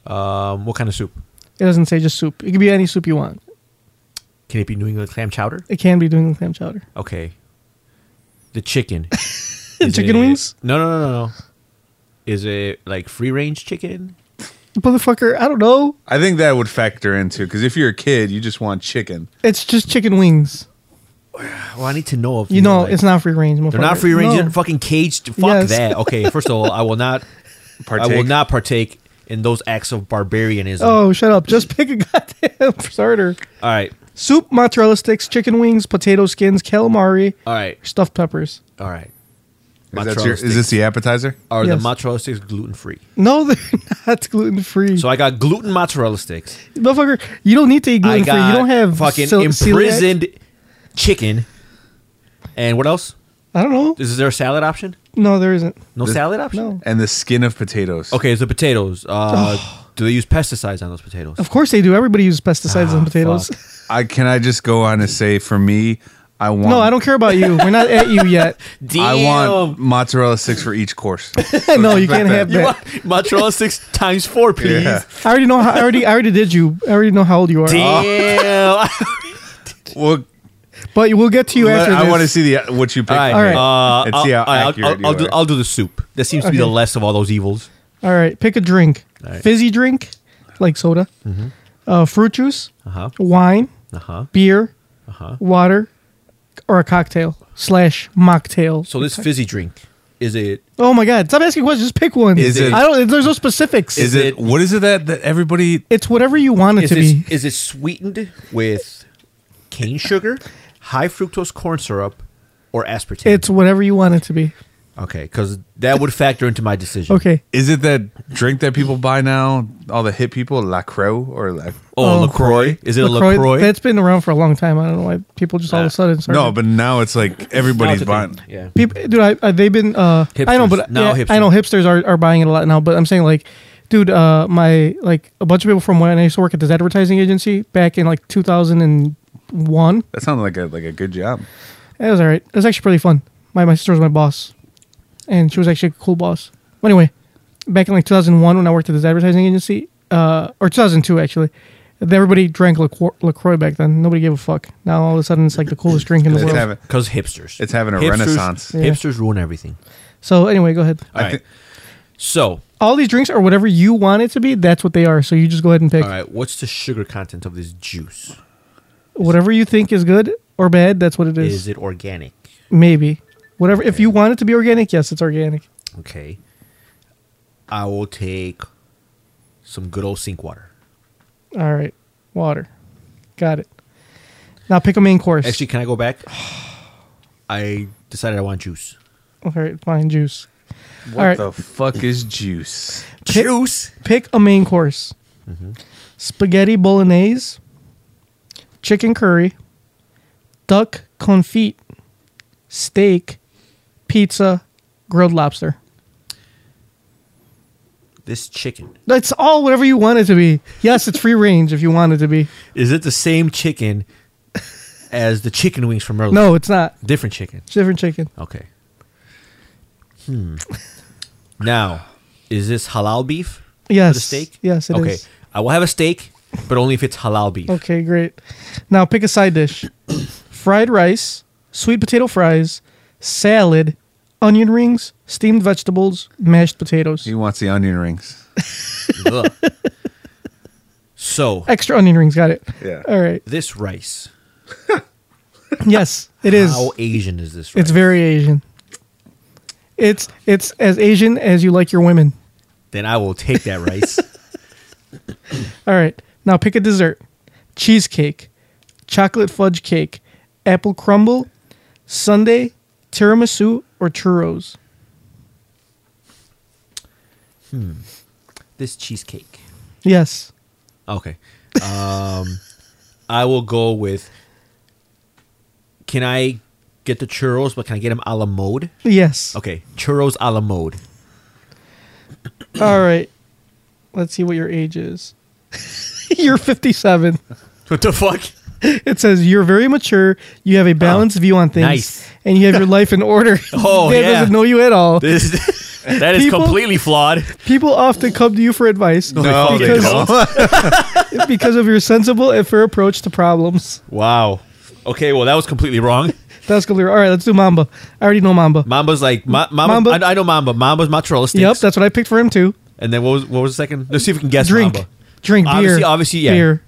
C: Um, what kind of soup?
A: It doesn't say just soup. It could be any soup you want.
C: Can it be New England clam chowder?
A: It can be doing the clam chowder.
C: Okay. The chicken. Is
A: Chicken
C: it-
A: wings?
C: No, no, no, no, no. Is it like free range chicken?
A: Motherfucker, I don't know.
B: I think that would factor into because if you're a kid, you just want chicken.
A: It's just chicken wings.
C: Well, Oh, I need to know if
A: You know,
C: like-
A: it's not free range.
C: They're not free range.
A: No.
C: They're fucking caged. Fuck
A: Yes.
C: that. Okay. First of all, I will not.
B: Partake.
C: I will not partake in those acts of barbarianism.
A: Oh, shut up! Just pick a goddamn starter:
C: All right.
A: soup, mozzarella sticks, chicken wings, potato skins, calamari,
C: All right.
A: stuffed peppers.
C: All right.
B: Is, that
C: Mozzarella
B: your, Uh, is this the appetizer?
C: Are
A: Yes.
C: the mozzarella sticks gluten free?
A: No, they're not gluten free.
C: So I got gluten mozzarella sticks.
A: Motherfucker, you don't need to eat
C: I
A: gluten free.
C: got
A: You don't have
C: fucking
A: cel- celiac.
C: imprisoned chicken. And what else?
A: I don't know.
C: Is there a salad option?
A: No, there isn't.
C: No
B: This-
C: salad option.
A: No.
B: And the skin of potatoes.
C: Okay. It's the potatoes. Uh, Do they use pesticides on those potatoes?
A: Of course they do. Everybody uses pesticides
C: Ah,
A: on potatoes.
C: fuck.
B: I can I just go on and say for me, I want.
A: No, I don't care about you. We're not at you yet.
B: I want
C: Damn.
B: mozzarella sticks for each course.
A: no, you can't have
C: You
A: that.
C: want mozzarella sticks times four, please.
B: Yeah.
A: I already know. How, I already. I already did you. I already know how old you are.
B: Uh,
C: Damn.
B: Well,
A: But we'll get to you
B: let-
A: after.
B: I
A: this.
B: want to see the what you pick.
C: All right.
A: All right.
C: Uh,
B: And
C: I'll,
B: see how
C: all right, I'll-
B: accurate
C: I'll-
B: you
C: I'll do,
B: are.
C: I'll do the soup. That seems to be the
A: Okay.
C: less of all those evils.
A: All right, pick a drink:
C: All right. Mm-hmm.
A: fizzy drink, like soda, uh, fruit juice,
C: Uh huh.
A: wine,
C: Uh huh.
A: beer,
C: Uh huh.
A: water, or a cocktail slash mocktail.
C: So this fizzy drink is it?
A: oh my god! Stop asking questions. Just pick one.
B: Is it-
A: I don't. There's no specifics.
B: Is it? What is it that that everybody?
A: It's whatever you want it
C: Is
A: to be.
C: it, is it sweetened with cane sugar, high fructose corn syrup, or aspartame?
A: It's whatever you want it to be.
C: okay, because that would factor into my decision.
A: Okay.
B: Is it that drink that people buy now? All the hip people, Lacroix or La.
A: Oh.
C: Oh, Lacroix. Is it a Lacroix? Uh,
A: That's been around for a long time. I don't know why people just all of a sudden started.
B: No, but now it's like
C: Now it's
B: everybody's
C: a
B: buying.
C: thing. Yeah.
A: people, dude, I, I, they've been. Uh, I know,
C: Hipsters.
A: but
C: Now
A: yeah,
C: hipsters.
A: I know hipsters are, are buying it a lot now. But I'm saying like, dude, uh, my like a bunch of people from when I used to work at this advertising agency back in like 2001.
B: That sounds like a like a good job.
A: It was all right. It was actually pretty fun. My my sister was my boss, and she was actually a cool boss. Anyway, back in like 2001 when I worked at this advertising agency, uh, or 2002 actually, everybody drank LaCro- Lacroix back then. Nobody gave a fuck. Now all of a sudden it's like the coolest drink in the
B: It's
A: world.
B: having-
C: Because hipsters.
B: It's having a
C: Hipsters-
B: renaissance.
A: Yeah.
C: Hipsters ruin everything.
A: So anyway, go ahead.
C: All
B: I
C: right.
B: think-
C: So,
A: All these drinks are whatever you want it to be. That's what they are. So you just go ahead and pick
C: all right, what's the sugar content of this juice?
A: whatever you think is good or bad. That's what it is.
C: Is it organic?
A: Maybe whatever. If you want it to be organic, yes, it's organic.
C: Okay. I will take some good old sink water.
A: All right, water, got it. Now pick a main course.
C: Actually, can I go back? I decided I want juice.
A: All right, fine, juice.
B: What
A: All right.
B: the fuck is juice?
C: Juice?
A: Pick a main course
C: Mm-hmm.
A: spaghetti bolognese, chicken curry, duck confit, steak, pizza, grilled lobster.
C: This chicken.
A: That's all whatever you want it to be. Yes, it's free range if you want it to be.
C: Is it the same chicken as the chicken wings from earlier?
A: No, it's not.
C: Different chicken.
A: It's different chicken.
C: Okay. Hmm. now, is this halal beef?
A: Yes.
C: For the steak?
A: Yes, it
C: okay.
A: is.
C: I will have a steak, but only if it's halal beef.
A: Okay, great. Now pick a side dish. Fried rice, sweet potato fries, salad, onion rings, steamed vegetables, mashed potatoes.
B: He wants the onion rings.
C: Ugh. so,
A: Extra onion rings, got it.
B: Yeah.
A: All right.
C: this rice.
A: Yes, it is.
C: How Asian is this rice?
A: It's very Asian. It's it's as Asian as you like your women.
C: then I will take that rice.
A: All right. Now pick a dessert. Cheesecake, chocolate fudge cake, apple crumble, sundae, tiramisu or churros.
C: this cheesecake.
A: Yes.
C: Okay. Um, I will go with. Can I get the churros? But can I get them a la mode?
A: Yes.
C: Okay, churros a la mode.
A: All right. Let's see what your age is. you're 57.
C: What the fuck?
A: It says you're very mature, you have a balanced view on things,
C: Oh, nice.
A: and you have your life in order.
C: Oh,
A: Dad
C: yeah.
A: doesn't know you at all.
C: This that is
A: People-
C: completely flawed.
A: People often come to you for advice
B: No, they
A: because, because of your sensible and fair approach to problems.
C: Wow. Okay, well that was completely wrong.
A: That's clear. All right, let's do Mamba. I already know Mamba.
C: Mamba's like Ma- Mamba.
A: Mamba-
C: I, I know Mamba. Mamba's mozzarella sticks.
A: Yep, that's what I picked for him too.
C: and then what was what was the second? Let's see if we can guess.
A: Drink,
C: Mamba.
A: drink beer,
C: Obviously- obviously, yeah.
A: beer.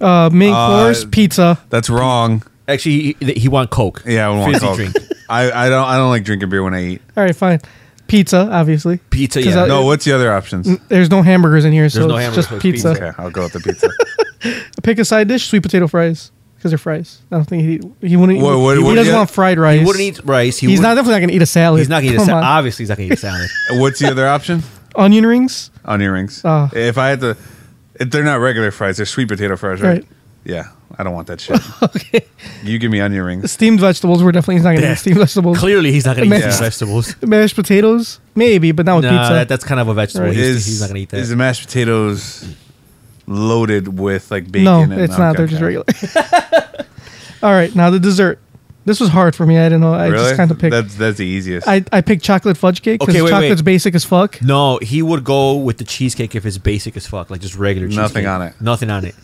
A: Uh, main
B: Uh,
A: course pizza.
B: That's wrong.
C: Actually, he, he want Coke.
B: Yeah, I would want
C: Fizzy
B: Coke.
C: drink.
B: I, I don't I don't like drinking beer when I eat.
A: All right, fine. Pizza, obviously.
C: Pizza.
A: 'Cause
C: Yeah.
A: I-
B: No, what's the other options?
A: There's no hamburgers in here, so
C: no
A: it's
C: hamburgers,
A: just
C: so it's
A: pizza.
C: pizza.
B: Okay, I'll go with the pizza.
A: Pick a side dish: sweet potato fries, because they're fries. I don't think he he wouldn't.
B: What- what-
A: he
B: what-
A: doesn't
B: yeah.
A: want fried rice.
C: he wouldn't eat rice. He
A: he's not
C: wouldn't-
A: definitely not gonna eat a salad.
C: He's not gonna eat a
A: Come
C: salad.
A: on.
C: Obviously, he's not gonna eat a salad.
B: What's the other option?
A: Onion rings.
B: Onion rings.
A: Oh.
B: If I had to, if they're not regular fries. They're sweet potato fries, right?
A: Right.
B: Yeah, I don't want that shit.
A: Okay.
B: you give me onion rings.
A: Steamed vegetables. We're definitely he's not gonna eat steamed vegetables.
C: Clearly, he's not gonna eat
A: Imagine-
C: these vegetables.
A: Mashed potatoes, maybe, but not with
C: Nah,
A: pizza.
C: that, that's kind of a vegetable.
A: Right.
C: He's, he's not gonna eat
B: Is
C: that.
B: the mashed potatoes loaded with like bacon?
A: no,
B: and-
A: it's not.
B: okay,
A: They're just
B: okay.
A: regular. All right, now the dessert. This was hard for me. I didn't know. I
B: Really?
A: just kind of picked.
B: That's that's the easiest.
A: I, I picked chocolate fudge cake because
C: Okay, wait,
A: chocolate's
C: wait.
A: basic as fuck.
C: No, he would go with the cheesecake if it's basic as fuck, like just regular cheesecake.
B: Nothing on it.
C: Nothing on it.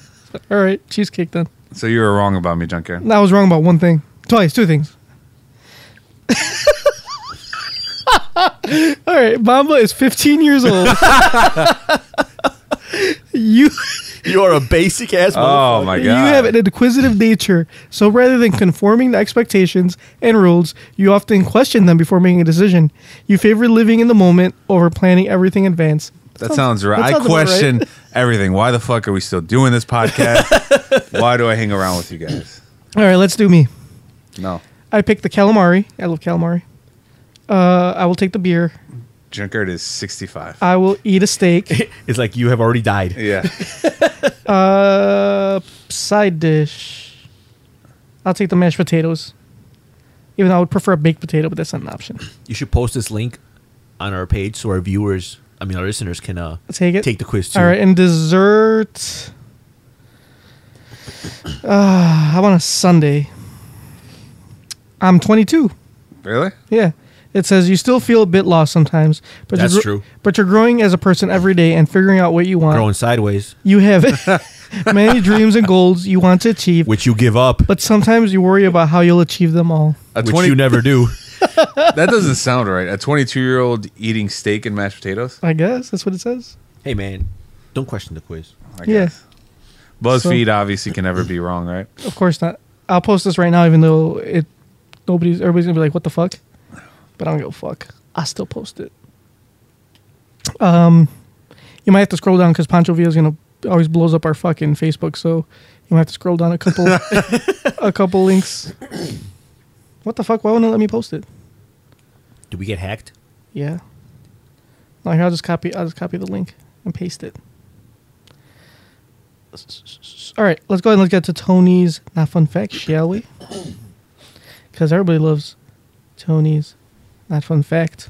A: All right, cheesecake then.
B: so you were wrong about me, junkyard.
A: I was wrong about one thing. Twice, two things. All All right, Mamba is 15 years old. you
C: You are a basic ass.
B: Oh my god!
A: you have an inquisitive nature, so rather than conforming to expectations and rules, you often question them before making a decision. You favor living in the moment over planning everything in advance.
B: That sounds right.
A: that sounds
B: I
A: about right.
B: question everything. Why the fuck are we still doing this podcast? Why do I hang around with you guys?
A: All right, let's do me.
B: No,
A: I picked the calamari. I love calamari. Uh, I will take the beer.
B: Junkert is sixty-five.
A: I will eat a steak.
C: It's like you have already died.
B: yeah,
A: uh, side dish. I'll take the mashed potatoes. Even though I would prefer a baked potato, but that's not an option.
C: You should post this link on our page so our viewers, I mean our listeners, can uh,
A: Take it.
C: take the quiz too.
A: All right, and dessert. Uh, I want a Sunday. I'm 22.
B: really?
A: Yeah. It says you still feel a bit lost sometimes, but
C: That's
A: you're
C: true.
A: But you're growing as a person every day and figuring out what you want.
C: Growing sideways,
A: You have many dreams and goals you want to achieve,
C: which you give up,
A: but sometimes you worry about how you'll achieve them all.
B: A
C: which
B: 20
C: you never do.
B: that doesn't sound right. A twenty-two-year-old eating steak and mashed potatoes.
A: I guess that's what it says.
C: hey man, don't question the quiz.
B: I
A: Yeah,
B: guess. BuzzFeed obviously can never be wrong, right?
A: of course not. I'll post this right now, even though it nobody's everybody's gonna be like, "What the fuck?" But I don't give a fuck. I still post it. Um, you might have to scroll down because Pancho Villa is gonna always blows up our fucking Facebook, so you might have to scroll down a couple, a couple links. What the fuck? Why wouldn't it let me post it?
C: Did we get hacked?
A: Yeah. No, here I'll just copy. I'll just copy the link and paste it. All right, let's go ahead and let's get to Tony's not fun fact, shall we? Because everybody loves Tony's not fun fact.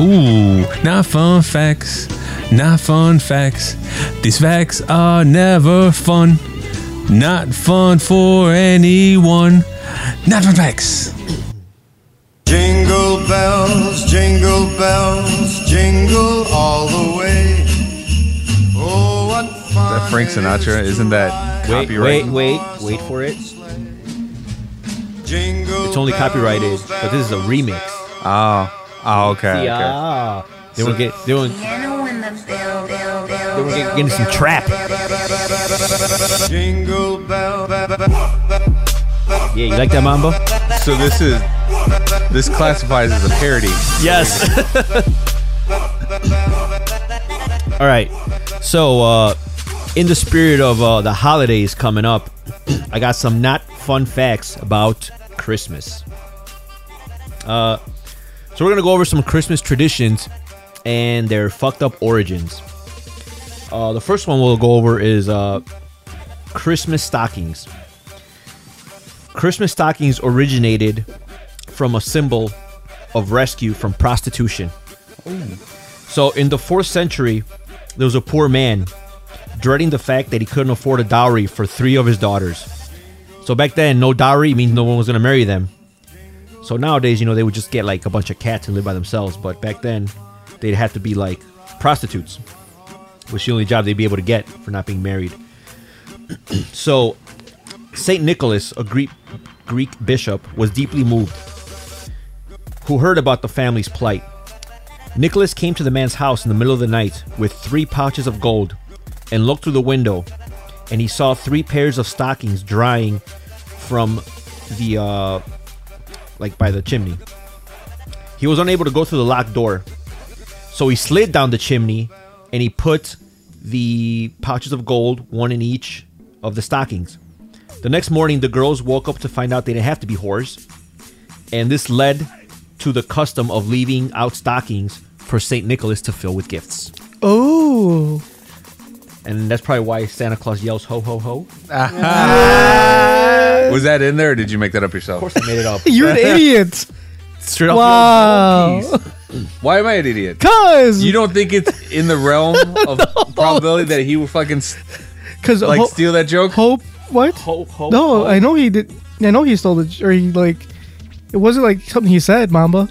D: Ooh, not fun facts, not fun facts. These facts are never fun, not fun for anyone. Not fun facts.
E: Jingle bells, jingle bells, jingle all the way. Oh, what fun!
B: That Frank
E: it
B: Sinatra,
E: is to
B: isn't that
E: ride
B: copyright?
C: wait, wait for it.
E: Jingle
C: It's only
E: bells,
C: copyrighted, but this is a
E: bells,
C: remix.
B: Oh, oh, okay. okay.
C: Yeah. They won't get they won't they won't get getting some trap.
E: Jingle bell, bell, bell, bell,
C: Yeah, you like that mambo?
B: So this is this classifies as a parody.
C: Yes. All right. So, uh, in the spirit of uh, the holidays coming up, I got some not fun facts about Christmas. Uh, so we're gonna go over some Christmas traditions and their fucked up origins. Uh, the first one we'll go over is uh, Christmas stockings. Christmas stockings originated from a symbol of rescue from prostitution. So in the fourth century, there was a poor man dreading the fact that he couldn't afford a dowry for three of his daughters. So back then, no dowry means no one was going to marry them. So nowadays, you know, they would just get like a bunch of cats and live by themselves. But back then, they'd have to be like prostitutes, which is the only job they'd be able to get for not being married. so Saint Nicholas, a Greek Greek bishop, was deeply moved who heard about the family's plight. Nicholas came to the man's house in the middle of the night with three pouches of gold and looked through the window and he saw three pairs of stockings drying from the uh like by the chimney. He was unable to go through the locked door. So he slid down the chimney and he put the pouches of gold one in each of the stockings. The next morning the girls woke up to find out they didn't have to be whores and this led to the custom of leaving out stockings for St. Nicholas to fill with gifts.
A: Oh,
C: And that's probably why Santa Claus yells ho ho ho.
B: Was that in there, or did you make that up yourself?
C: I made it up.
A: you're an idiot.
C: Straight
A: Wow.
B: Why am I an idiot?
A: Cause,
B: You don't think it's in the realm of probability that he would fucking s-
A: cause
B: like
A: ho-
B: steal that joke?
A: hope. What?
C: Ho ho.
A: no, I know he did. I know he stole the or he like. It wasn't like something he said, Mamba.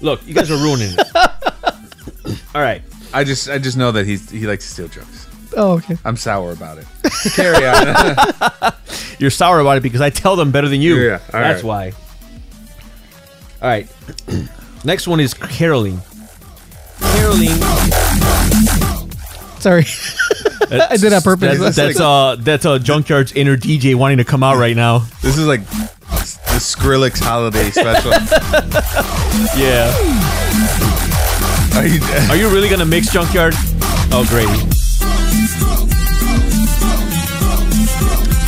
C: Look, you guys are ruining it. All right.
B: I just I just know that he's he likes to steal jokes.
A: Oh, okay.
B: I'm sour about it. Carry on.
C: You're sour about it because I tell them better than you.
B: Yeah, all
C: that's
B: right.
C: why. All right. Next one is caroling. Caroling.
A: Sorry. I did that purpose.
C: That's, that's uh that's uh junkyard's inner DJ wanting to come out right now.
B: This is like the Skrillex holiday special.
C: Yeah.
B: Are you-
C: Are you really gonna mix junkyard? Oh great.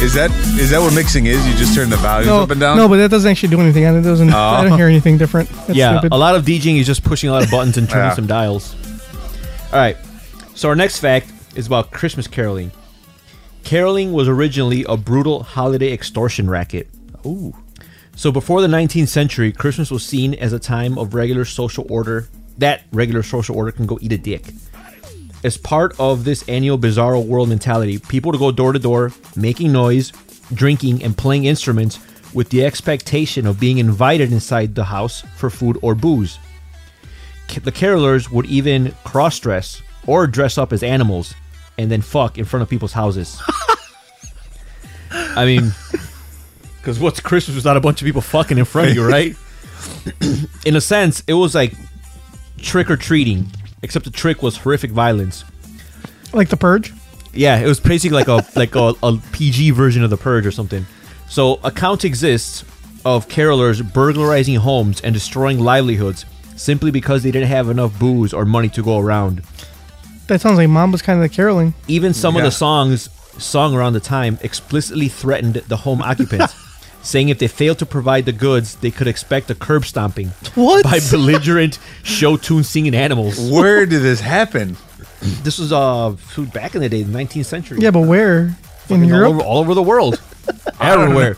B: is that is that what mixing is? You just turn the volumes
A: no,
B: up and down.
A: no, but that doesn't actually do anything. I doesn't. I don't hear anything different. That's
C: Uh-huh. yeah,
A: stupid.
C: a lot of DJing is just pushing a lot of buttons and turning
B: Yeah.
C: some dials. All right. So our next fact is about Christmas caroling. Caroling was originally a brutal holiday extortion racket. Ooh. So before the 19th century, Christmas was seen as a time of regular social order. That regular social order can go eat a dick. As part of this annual bizarro world mentality, people would go door to door, making noise, drinking, and playing instruments with the expectation of being invited inside the house for food or booze. Ca- The carolers would even cross dress or dress up as animals and then fuck in front of people's houses. I mean, because what's Christmas without a bunch of people fucking in front of you, right? in a sense, it was like trick or treating, except the trick was horrific violence.
A: like the purge.
C: Yeah, it was basically like a like a, a PG version of the Purge or something. So a count exists of carolers burglarizing homes and destroying livelihoods simply because they didn't have enough booze or money to go around.
A: That sounds like Mamba's kind of the caroling.
C: Even some of
B: Yeah.
C: the songs sung around the time explicitly threatened the home occupants, saying if they failed to provide the goods, they could expect a curb stomping
A: What?
C: by belligerent show tune singing animals.
B: Where did this happen?
C: This was uh food back in the day, the 19th century.
A: yeah, but where? In
C: Fucking
A: Europe.
C: all over, all over the world, everywhere.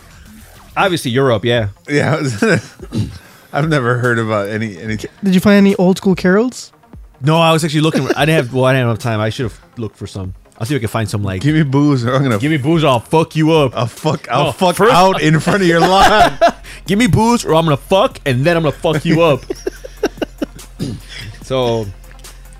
C: Obviously, Europe, yeah.
B: Yeah, I was- I've never heard about any any.
A: Did you find any old school carols?
C: No, I was actually looking. I didn't have. Well, I didn't have time. I should have looked for some. I'll see if I can find some. Like,
B: Give me booze, or I'm gonna.
C: give me booze, or I'll fuck you up.
B: I'll fuck. I'll
C: Oh,
B: fuck
C: first-
B: out in front of your lawn.
C: give me booze, or I'm gonna fuck, and then I'm gonna fuck you up. so,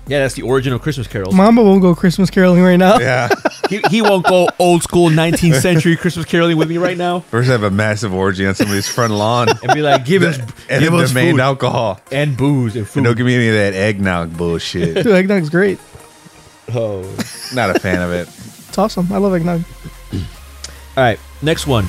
C: yeah, that's the origin of Christmas carols.
A: Mamba won't go Christmas caroling right now.
B: yeah.
C: He, he won't go old school 19th century Christmas caroling with me right now
B: First, I have a massive orgy on somebody's front lawn,
C: and be like, give us,
B: and
C: give
B: then
C: us
B: demand
C: food
B: alcohol.
C: and booze and food.
B: And don't give me any of that eggnog bullshit.
A: Dude, eggnog's great.
C: oh.
B: Not a fan of it.
A: It's awesome. I love eggnog.
C: All right, next one.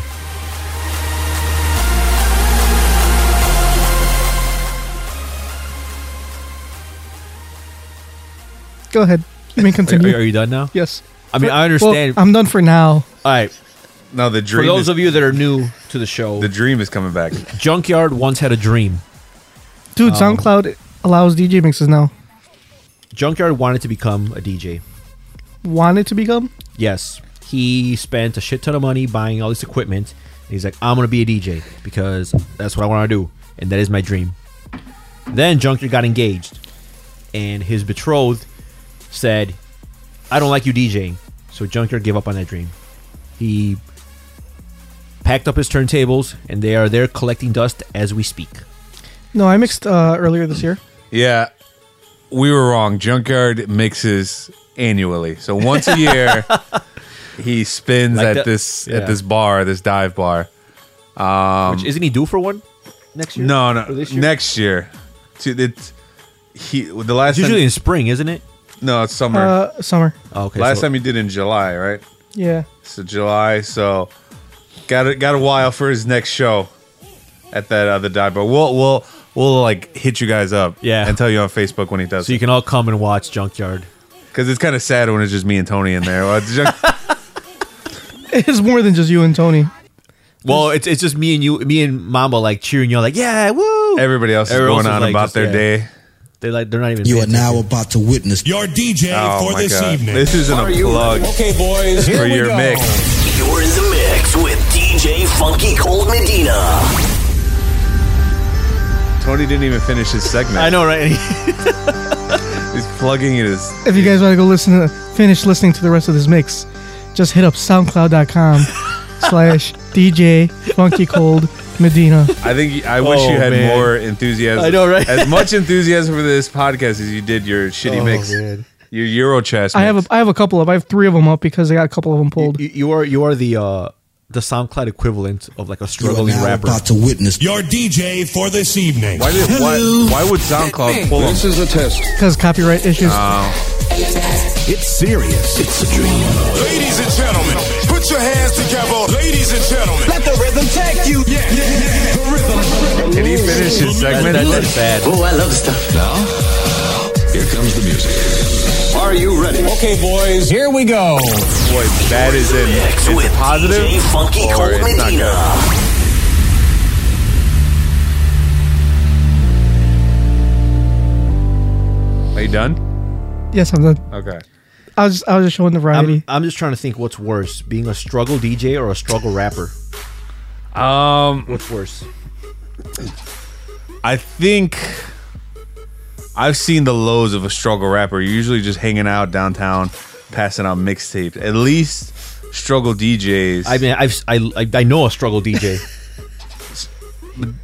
A: Go ahead. You may
C: Are,
A: continue.
C: are you done now?
A: Yes.
C: I mean, I
A: Well,
C: understand.
A: I'm done for now.
C: All right,
B: No, the
C: for
B: dream.
C: those
B: is,
C: of you that are new to the show,
B: the dream is coming back.
C: Junkyard once had a dream.
A: Dude,
C: Oh.
A: SoundCloud allows DJ mixes now.
C: Junkyard wanted to become a DJ.
A: Wanted to become?
C: Yes. He spent a shit ton of money buying all this equipment. And he's like, I'm going to be a DJ because that's what I want to do. And that is my dream. Then Junkyard got engaged. And his betrothed said, I don't like you DJing. So Junkyard gave up on that dream. He packed up his turntables and they are there collecting dust as we speak.
A: No, I mixed uh, earlier this year.
B: Yeah, we were wrong. Junkyard mixes annually, so once a year he spins
C: Like
B: at
C: the-
B: this
C: yeah.
B: at this bar, this dive bar.
C: Which isn't he due for one next year?
B: No,
C: Or
B: no,
C: this year?
B: next year. To it's he the last
C: It's usually
B: time,
C: in spring, isn't it?
B: no it's summer.
A: Uh, summer.
C: Oh, okay.
B: last
C: so-
B: time he did in July, right?
A: Yeah.
B: So July, so got a, got a while for his next show at that other dive bar. We'll we'll we'll like hit you guys up,
C: Yeah.
B: and tell you on Facebook when he does.
C: So you can all come and watch Junkyard.
B: Because it's kind of sad when it's just me and Tony in there. Well, it's just-
A: It is more than just you and Tony.
C: Well, it's it's just me and you, me and Mamba, like cheering you, on, like yeah, woo.
B: everybody else is
C: Everyone
B: going on
C: else is like
B: about
C: just-
B: their
C: yeah.
B: day.
C: They're like they're not even.
F: You are
C: paying
F: now
C: attention.
F: about to witness
G: Your DJ
B: Oh
G: for
B: my
G: this
B: god,
G: evening.
B: this isn't a plug
G: okay, boys, here
B: for
G: we
B: your
G: go.
B: mix.
H: You're in the mix with DJ Funky Cold Medina.
B: Tony didn't even finish his segment.
C: I know, right?
B: he's plugging it as
A: If you guys want to go listen to, finish listening to the rest of this mix, just hit up soundcloud.com slash DJ Funky Cold Medina.
B: I think I wish
C: Oh,
B: you had
C: man.
B: more enthusiasm.
C: I know, right?
B: as much enthusiasm for this podcast as you did your
G: Oh,
B: shitty mix, your Euro chest.
A: I have a, I have a couple of, I have three of them up because I got a couple of them pulled.
C: you, you are you are the uh, the SoundCloud equivalent of like a struggling rapper.
F: about to witness
G: Your DJ for this evening.
B: Why, did, why, why would SoundCloud pull them?
F: is a test.
A: because copyright
C: uh,
A: issues.
G: It's serious. It's a dream. Ladies and gentlemen, put your hands together. Ladies and gentlemen. Let the rhythm take you. Yeah, yeah, yeah. The rhythm.
B: Can he finish his segment?
H: Oh, I love stuff.
F: Here comes the music.
H: Are you ready?
G: Okay, boys. Here we go.
B: Boy, that is in
H: Mix with
B: it's positive
H: DJ Funky
B: or
H: Cold
B: it's not
H: Medina.
B: good. Are you done?
A: yes, I'm done.
B: Okay.
A: I was I was just showing the
C: I'm,
A: variety.
C: I'm just trying to think what's worse, being a struggle DJ or a struggle rapper.
B: Um,
C: What's worse?
B: I think I've seen the lows of a struggle rapper. You're usually just hanging out downtown, passing out mixtapes. At least struggle DJs.
C: I mean, I've, I, I I know a struggle DJ.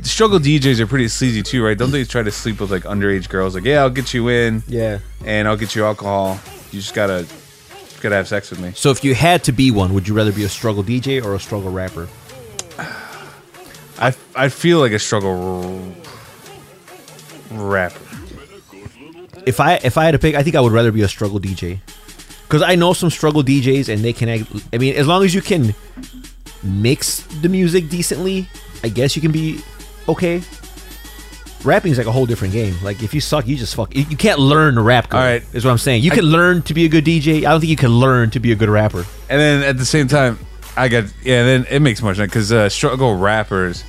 B: struggle DJs are pretty sleazy too, right? Don't they try to sleep with like underage girls? Like, yeah, I'll get you in,
C: yeah.
B: and I'll get you alcohol. You just gotta, just gotta have sex with me.
C: So if you had to be one, would you rather be a struggle DJ or a struggle rapper?
B: I, I feel like a struggle r- rapper.
C: If I if I had to pick, I think I would rather be a struggle DJ. Cuz I know some struggle DJs and they can act- I mean, as long as you can mix the music decently, I guess you can be okay. Rapping's like a whole different game. Like if you suck, you just fuck. You you can't learn to rap good.
B: All right.
C: Is what I'm saying. You can learn to be a good DJ. I don't think you can learn to be a good rapper.
B: And then at the same time, I got yeah. Then it makes more sense because uh, struggle rappers,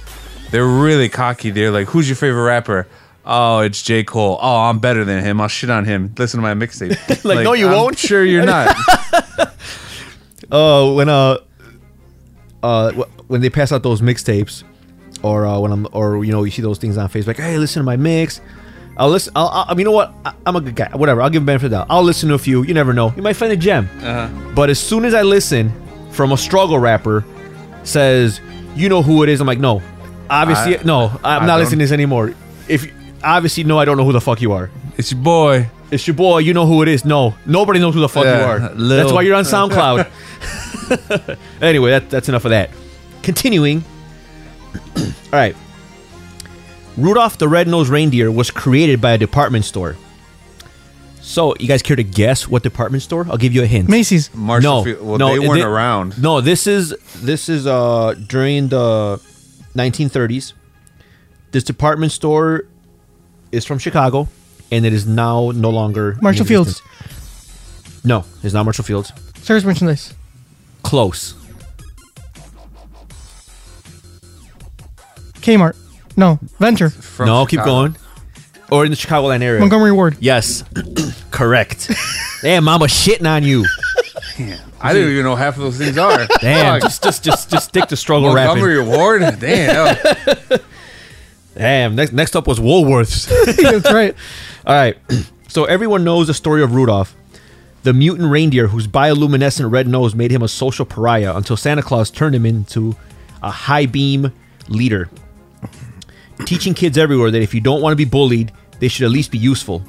B: they're really cocky. They're like, "Who's your favorite rapper?" Oh, it's J. Cole. Oh, I'm better than him. I'll shit on him. Listen to my mixtape.
C: Like, no, you
B: I'm
C: won't.
B: Sure, you're not.
C: Oh, when uh, uh, wh- when they pass out those mixtapes, or uh, when I'm, or you know, you see those things on Facebook. Like, hey, listen to my mix. I'll listen. I'll, I'll you know what? I, I'm a good guy. Whatever. I'll give benefit of the doubt. I'll listen to a few. You never know. You might find a gem.
B: Uh-huh.
C: But as soon as I listen, from a struggle rapper, says, you know who it is. I'm like, no, obviously,
B: I-
C: no. I'm
B: I
C: not
B: don't-
C: listening to this anymore. If obviously, no, I don't know who the fuck you are.
B: it's your boy.
C: It's your boy. You know who it is. No, nobody knows who the fuck
B: Yeah,
C: you are.
B: Lil.
C: That's why you're on SoundCloud. anyway, that, that's enough of that. Continuing. All right. Rudolph the Red-Nosed Reindeer was created by a department store. So, you guys care to guess what department store? I'll give you a hint.
A: Macy's.
B: Marshall
C: no,
B: Field. Well,
C: no,
B: they
C: it-
B: weren't around.
C: No, this is this is uh during the 1930s. This department store is from Chicago, and it is now no longer in
A: Marshall Fields.
C: existence. No, it's not Marshall Fields.
A: Service merchandise.
C: Close.
A: Kmart. No. Venture.
B: From
C: no, keep
B: Chicago.
C: going. Or in the Chicagoland area.
A: Montgomery Ward.
C: Yes, correct. Damn, mama shitting on you.
B: I didn't even know half of those things are.
C: Damn,
B: Fuck.
C: just just just just stick to struggle rapping.
B: Montgomery Ward. Damn. that was-
C: Damn. Next next up was Woolworths.
A: That's right.
C: All right. so everyone knows the story of Rudolph, the mutant reindeer whose bioluminescent red nose made him a social pariah until Santa Claus turned him into a high beam leader, teaching kids everywhere that if you don't want to be bullied, they should at least be useful.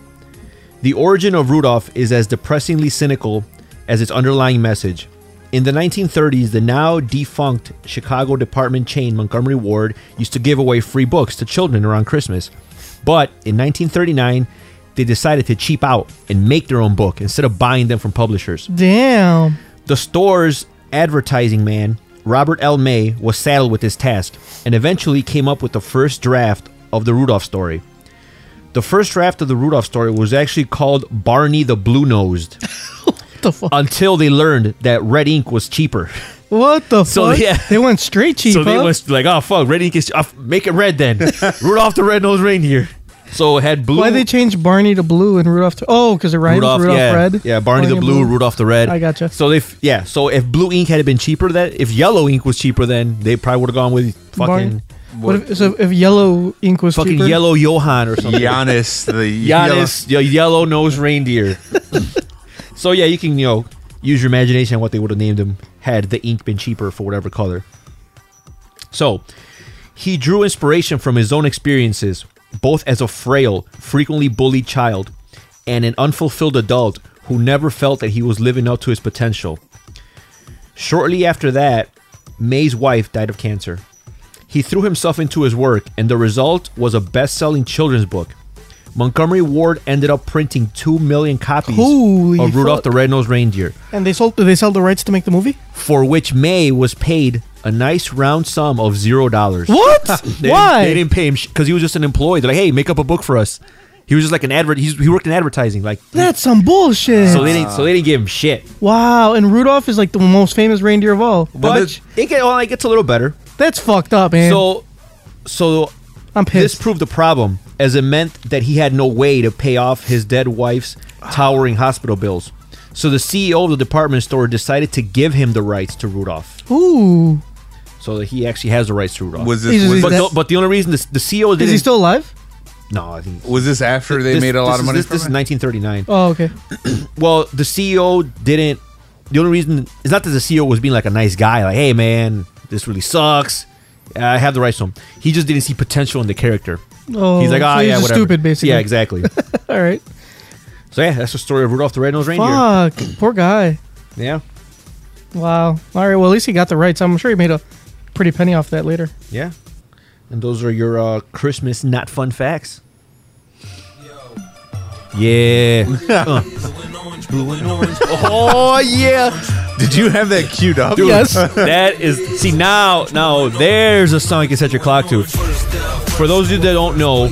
C: The origin of Rudolph is as depressingly cynical as its underlying message. In the 1930s, the now defunct Chicago department chain Montgomery Ward used to give away free books to children around Christmas. But in 1939, they decided to cheap out and make their own book instead of buying them from publishers.
A: Damn.
C: The store's advertising man, Robert L. May, was saddled with this task and eventually came up with the first draft of the Rudolph story. The first draft of the Rudolph story was actually called Barney the Blue Nosed
A: What the fuck?
C: until they learned that red ink was cheaper.
A: What the
C: So,
A: fuck?
C: yeah.
A: They went straight cheap.
C: So they
A: huh?
C: was like, oh fuck, red ink is uh, make it red then. Rudolph the Red-Nosed Reindeer. So it had blue
A: Why they changed Barney to blue and Rudolph to oh because it rhymes Rudolph,
C: yeah,
A: red.
C: Yeah, Barney the Blue, Rudolph the Red.
A: I gotcha.
C: So if yeah, so if blue ink had been cheaper, that if yellow ink was cheaper, then they probably would have gone with fucking
A: Barney. What if, so if yellow ink was
C: fucking
A: cheaper?
C: yellow Johan or something.
B: Giannis. The
C: Giannis, your yellow nosed reindeer. so yeah, you can you know use your imagination on what they would have named him had the ink been cheaper for whatever color. So he drew inspiration from his own experiences, both as a frail, frequently bullied child and an unfulfilled adult who never felt that he was living up to his potential. Shortly after that, May's wife died of cancer. He threw himself into his work, and the result was a best selling children's book. Montgomery Ward ended up printing 2 million copies
A: Holy
C: of Rudolph
A: fuck.
C: the Red-Nosed Reindeer,
A: And they sold. Did they sell the rights to make the movie?
C: for which May was paid a nice round sum of $0. dollars.
A: What?
C: They
A: Why?
C: Didn't, they didn't pay him because he was just an employee. They're like, hey, make up a book for us. He was just like an advert. He's, he worked in advertising. Like,
A: That's some bullshit.
C: so they didn't. So they didn't give him shit.
A: wow. And Rudolph is like the most famous reindeer of all.
C: But it, get, well, it gets a little better.
A: That's fucked up, man.
C: So, so
A: I'm
C: this
A: pissed.
C: proved the problem, as it meant that he had no way to pay off his dead wife's towering hospital bills. So the CEO of the department store decided to give him the rights to Rudolph,
A: Ooh.
C: so that he actually has the rights to Rudolph.
B: Was
A: He's-
B: this was,
C: but,
A: that-
C: the, but the only reason this, the CEO didn't
A: Is he still alive?
C: no, I think
B: was this after they
C: this-
B: made a
C: this
B: lot
C: is-
B: of money?
C: This,
B: from
C: this is
B: it?
C: 1939.
A: Oh, okay.
C: Well, the CEO didn't. The only reason it's not that the CEO was being like a nice guy, like, "Hey, man, this really sucks. I have the rights to him." He just didn't see potential in the character.
A: Oh,
C: he's like, "Ah,
A: so he's
C: yeah,
A: just
C: whatever."
A: stupid, basically.
C: Yeah, exactly.
A: All right.
C: so yeah, that's the story of Rudolph the Red-Nosed Reindeer.
A: Fuck. Poor guy.
C: Yeah,
A: Wow. All right. Well, at least he got the rights. I'm sure he made a pretty penny off that later.
C: yeah. And those are your uh, Christmas not fun facts. Yeah. Uh. oh yeah.
B: Did you have that queued up?
A: Yes.
C: that is see now now there's a song you can set your clock to for those of you that don't know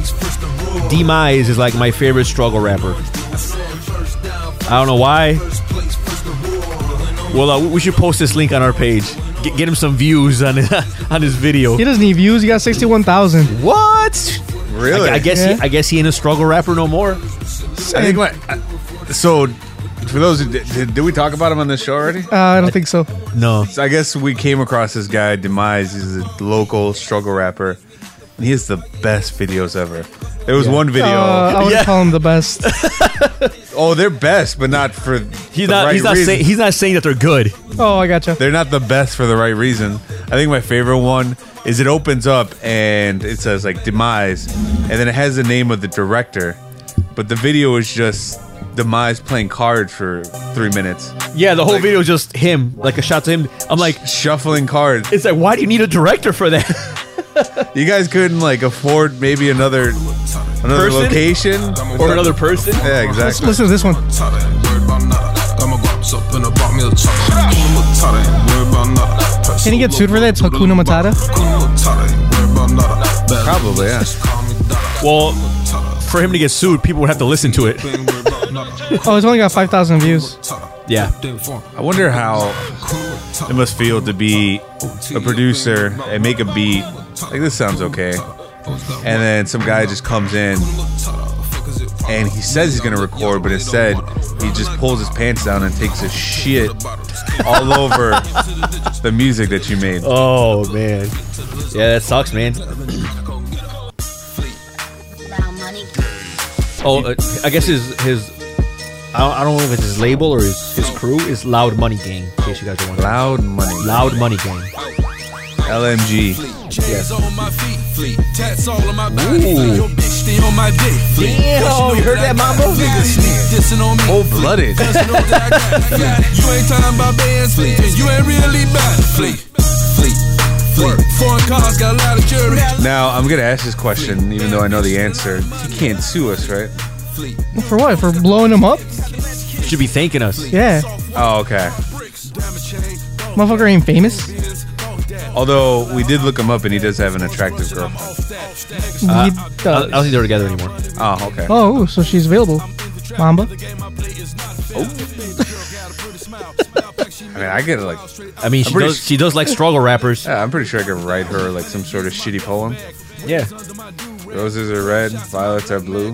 C: demise is like my favorite struggle rapper i don't know why well uh, we should post this link on our page get, get him some views on on his video
A: He doesn't need views. He got 61,000.
C: what
B: Really?
C: I, I guess
A: Yeah.
C: he, I guess he ain't a struggle rapper no more
B: I think my. I- so, for those who did, did, did we talk about him on this show already?
A: Uh, I don't think so.
C: no
B: So I guess we came across this guy Demise. He's a local struggle rapper, and he has the best videos ever. There was one video.
A: Uh, I wouldn't
C: Yeah.
A: call him the best.
B: oh, they're best, but not for the
C: he's not
B: right
C: he's not
B: reason.
C: saying he's not saying that they're good
A: Oh, I gotcha.
B: they're not the best for the right reason. I think my favorite one is it opens up and it says like Demise, and then it has the name of the director, but the video is just Demise playing cards for three minutes,
C: yeah the whole video is just him like a shot to him i'm like
B: shuffling cards.
C: it's like why do you need a director for that
B: You guys couldn't like afford maybe another another
C: Person?
B: location
C: or another person
B: Yeah,
A: Let's
B: exactly.
A: listen to this one.
G: Tired, ain't worried about nada. Got my guaps up and I bought me a chocolate. Hakuna Matata, ain't worried about nada. Press
A: Can he get sued for that? It's Hakuna Matata?
G: Hakuna Matata, ain't worried about nada. Bad
B: Probably, yeah.
G: bitches call me Dada.
C: Well,
G: Tata,
C: for him to get sued, people would have to listen to it.
G: ain't worried about nada.
A: Oh, it's only got 5,000 views.
G: Tata,
C: Yeah.
G: damn form.
B: I wonder how
G: Hakuna Matata,
B: it must feel to be a producer and make a beat like this sounds okay, and then some guy just comes in and he says he's gonna record, but instead he just pulls his pants down and takes a shit all over the music that you made.
C: Oh man, yeah, that sucks, man. Oh, uh, I guess his his I don't, I don't know if it's his label or his, his crew is Loud Money Gang. In case you guys are wondering,
B: Loud money,
C: Loud Money Gang.
B: LMG.
G: Jazz on my feet, fleet. Tats all on my body. Ooh. Your bitch stay on my dick, fleet.
C: Damn,
G: But know
C: you heard that,
G: I got
C: Mambo?
G: Niggas sneak dissing on me.
B: Oh, blooded.
G: Cause you know that I got it, got it. You ain't talking about bands, fleet. And you ain't really bad, fleet. Fleet. Fleet. Foreign cars got a lot of jury.
B: Now I'm gonna ask this question, even though I know the answer. He can't sue us, right?
A: For what? For blowing him up?
C: Should be thanking us.
A: Yeah.
B: Oh, okay.
A: Motherfucker ain't famous.
C: Uh,
A: He,
B: Although we did look him up, and he does have an attractive girlfriend.
C: I, I
A: does.
C: don't think they're together anymore.
B: Oh, okay.
A: oh, so she's available. Mamba.
B: I mean, I get like,
C: I mean, she
B: pretty
C: does
B: s-
C: she does like struggle rappers.
B: yeah, I'm pretty sure I could write her like some sort of shitty poem.
C: Yeah,
B: Roses are red, violets are blue.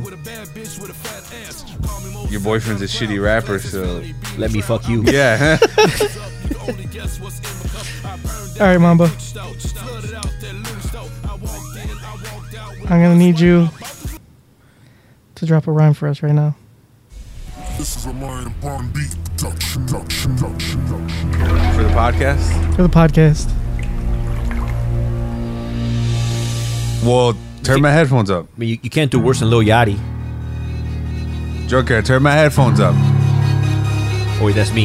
B: Your boyfriend's a shitty rapper, so
C: let me fuck you.
B: yeah.
A: All right, Mamba. I'm going to need you to drop a rhyme for us right now.
G: This is a Lion Bond beat production. production, production, production.
B: For the podcast,
A: For the podcast.
B: well, turn my headphones up,
C: I mean, you, you can't do worse than Lil Yachty.
B: Joker. Turn my headphones up.
C: Oh wait, that's me.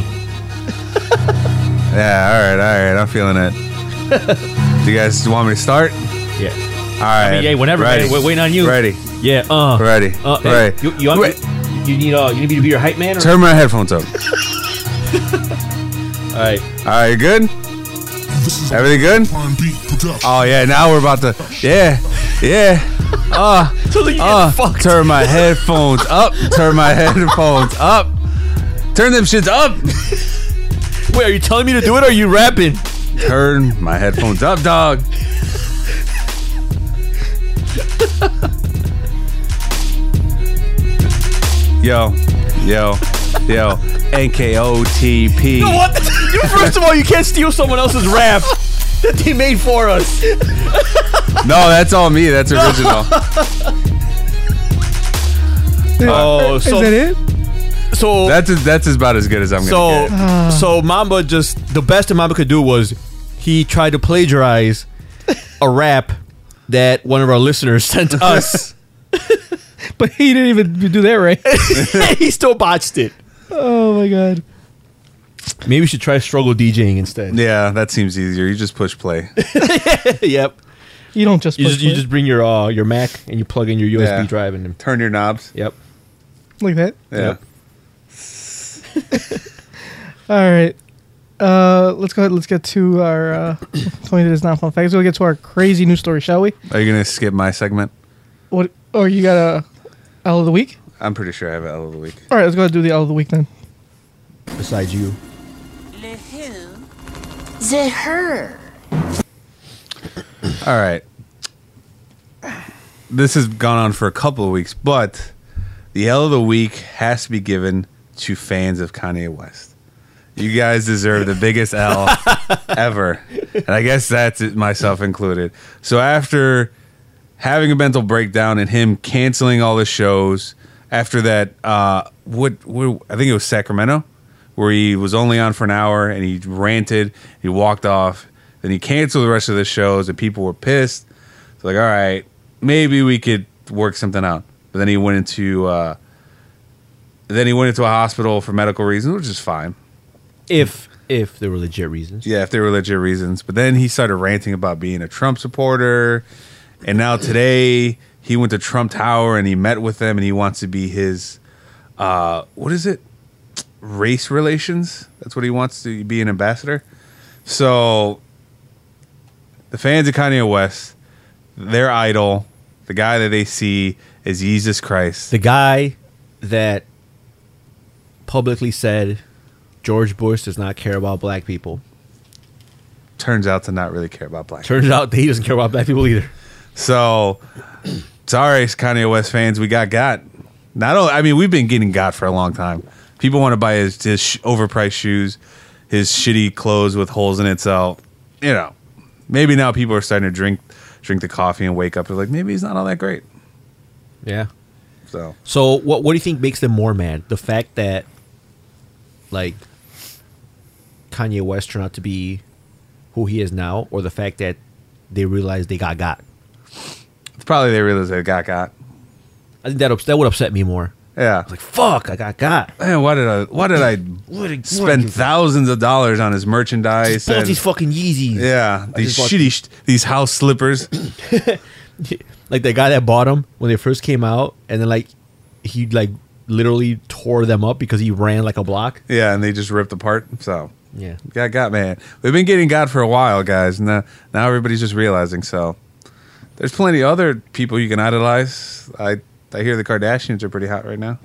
B: Yeah, all right, all right. I'm feeling it. Do you guys want me to start?
C: Yeah.
B: All right.
I: Hey, yeah, whenever.
B: Ready.
I: man. We're waiting on you.
B: Ready.
I: Yeah. Uh.
B: Ready.
I: Uh, hey,
B: Ready.
I: You, you, want-
B: Wait.
I: you need uh. You need me to be your hype man. Or?
B: Turn my headphones up.
I: All right.
B: All right, you good? Everything good? Oh yeah, now we're about to. Yeah, yeah. Uh,
C: Ah,
B: uh, turn my headphones up. Turn my headphones up. Turn them shits up.
C: Wait, are you telling me to do it? Or are you rapping?
B: Turn my headphones up, dog. Yo, yo, yo. NKOTP.
C: What? You first of all, you can't steal someone else's rap that they made for us.
B: No, that's all me. That's original.
C: Oh,
A: Is
C: so
A: that it?
C: so
B: That's that's about as good as I'm gonna
C: so
B: get.
C: so Mamba just the best that Mamba could do was he tried to plagiarize a rap that one of our listeners sent us.
A: But he didn't even do that right.
C: he still botched it.
A: Oh my god.
C: Maybe we should try struggle DJing instead.
B: Yeah, that seems easier. You just push play.
C: yep.
A: You don't just
C: You
A: push
C: just, you
A: play
C: just bring your uh, your Mac and you plug in your USB
B: Yeah.
C: drive and
B: Turn your knobs.
C: yep.
A: like that.
B: Yeah.
C: Yep.
A: All right. Uh, let's go ahead. Let's get to our uh, Tony does not fun facts. We'll get to our crazy news story, shall we?
B: Are you gonna skip my segment?
A: What? Or you got a L of the week?
B: I'm pretty sure I have L of the week.
A: All right, let's go ahead and do the L of the week then.
C: Besides you,
J: The her.
B: All right. This has gone on for a couple of weeks, but the L of the week has to be given to fans of Kanye West. You guys deserve the biggest L ever. And I guess that's it, myself included. So after having a mental breakdown and him canceling all the shows after that uh what, what I think it was Sacramento where he was only on for an hour and he ranted, he walked off, then he canceled the rest of the shows and people were pissed. So like, all right, maybe we could work something out. But then he went into uh then he went into a hospital for medical reasons, which is fine.
C: if if there were legit reasons,
B: Yeah, if they were legit reasons. But then he started ranting about being a Trump supporter. And now today he went to Trump Tower and he met with them and he wants to be his uh what is it? Race relations? That's what he wants to be an ambassador. So the fans of Kanye West, their idol, the guy that they see is Jesus Christ.
C: the guy that publicly said George Bush does not care about black people
B: Turns out to not really care about black
C: turns out that he doesn't care about black people either.
B: So, sorry, Kanye West fans, we got got. Not only, I mean, we've been getting got for a long time. People want to buy his, his sh- overpriced shoes, his shitty clothes with holes in it. So, you know, maybe now people are starting to drink drink the coffee and wake up. They're like, maybe he's not all that great.
C: Yeah.
B: So,
C: So what what do you think makes them more mad? The fact that like Kanye West turned out to be who he is now, or the fact that they realized they got got.
B: it's probably they realize they got got.
C: I think that ups- that would upset me more.
B: Yeah.
C: I was like, fuck, I got got.
B: Man, why did I? Why did I
C: did-
B: spend thousands of dollars on his
C: I
B: merchandise?
C: bought
B: and-
C: these fucking Yeezys.
B: yeah, these
C: just bought-
B: shitty, sh- these house slippers.
C: Like the guy that bought them when they first came out, and then like he like literally tore them up because he ran like a block.
B: Yeah, and they just ripped apart. So
C: Yeah.
B: got God, man. We've been getting God for a while, guys. Now, now everybody's just realizing. So there's plenty of other people you can idolize. I I hear the Kardashians are pretty hot right now.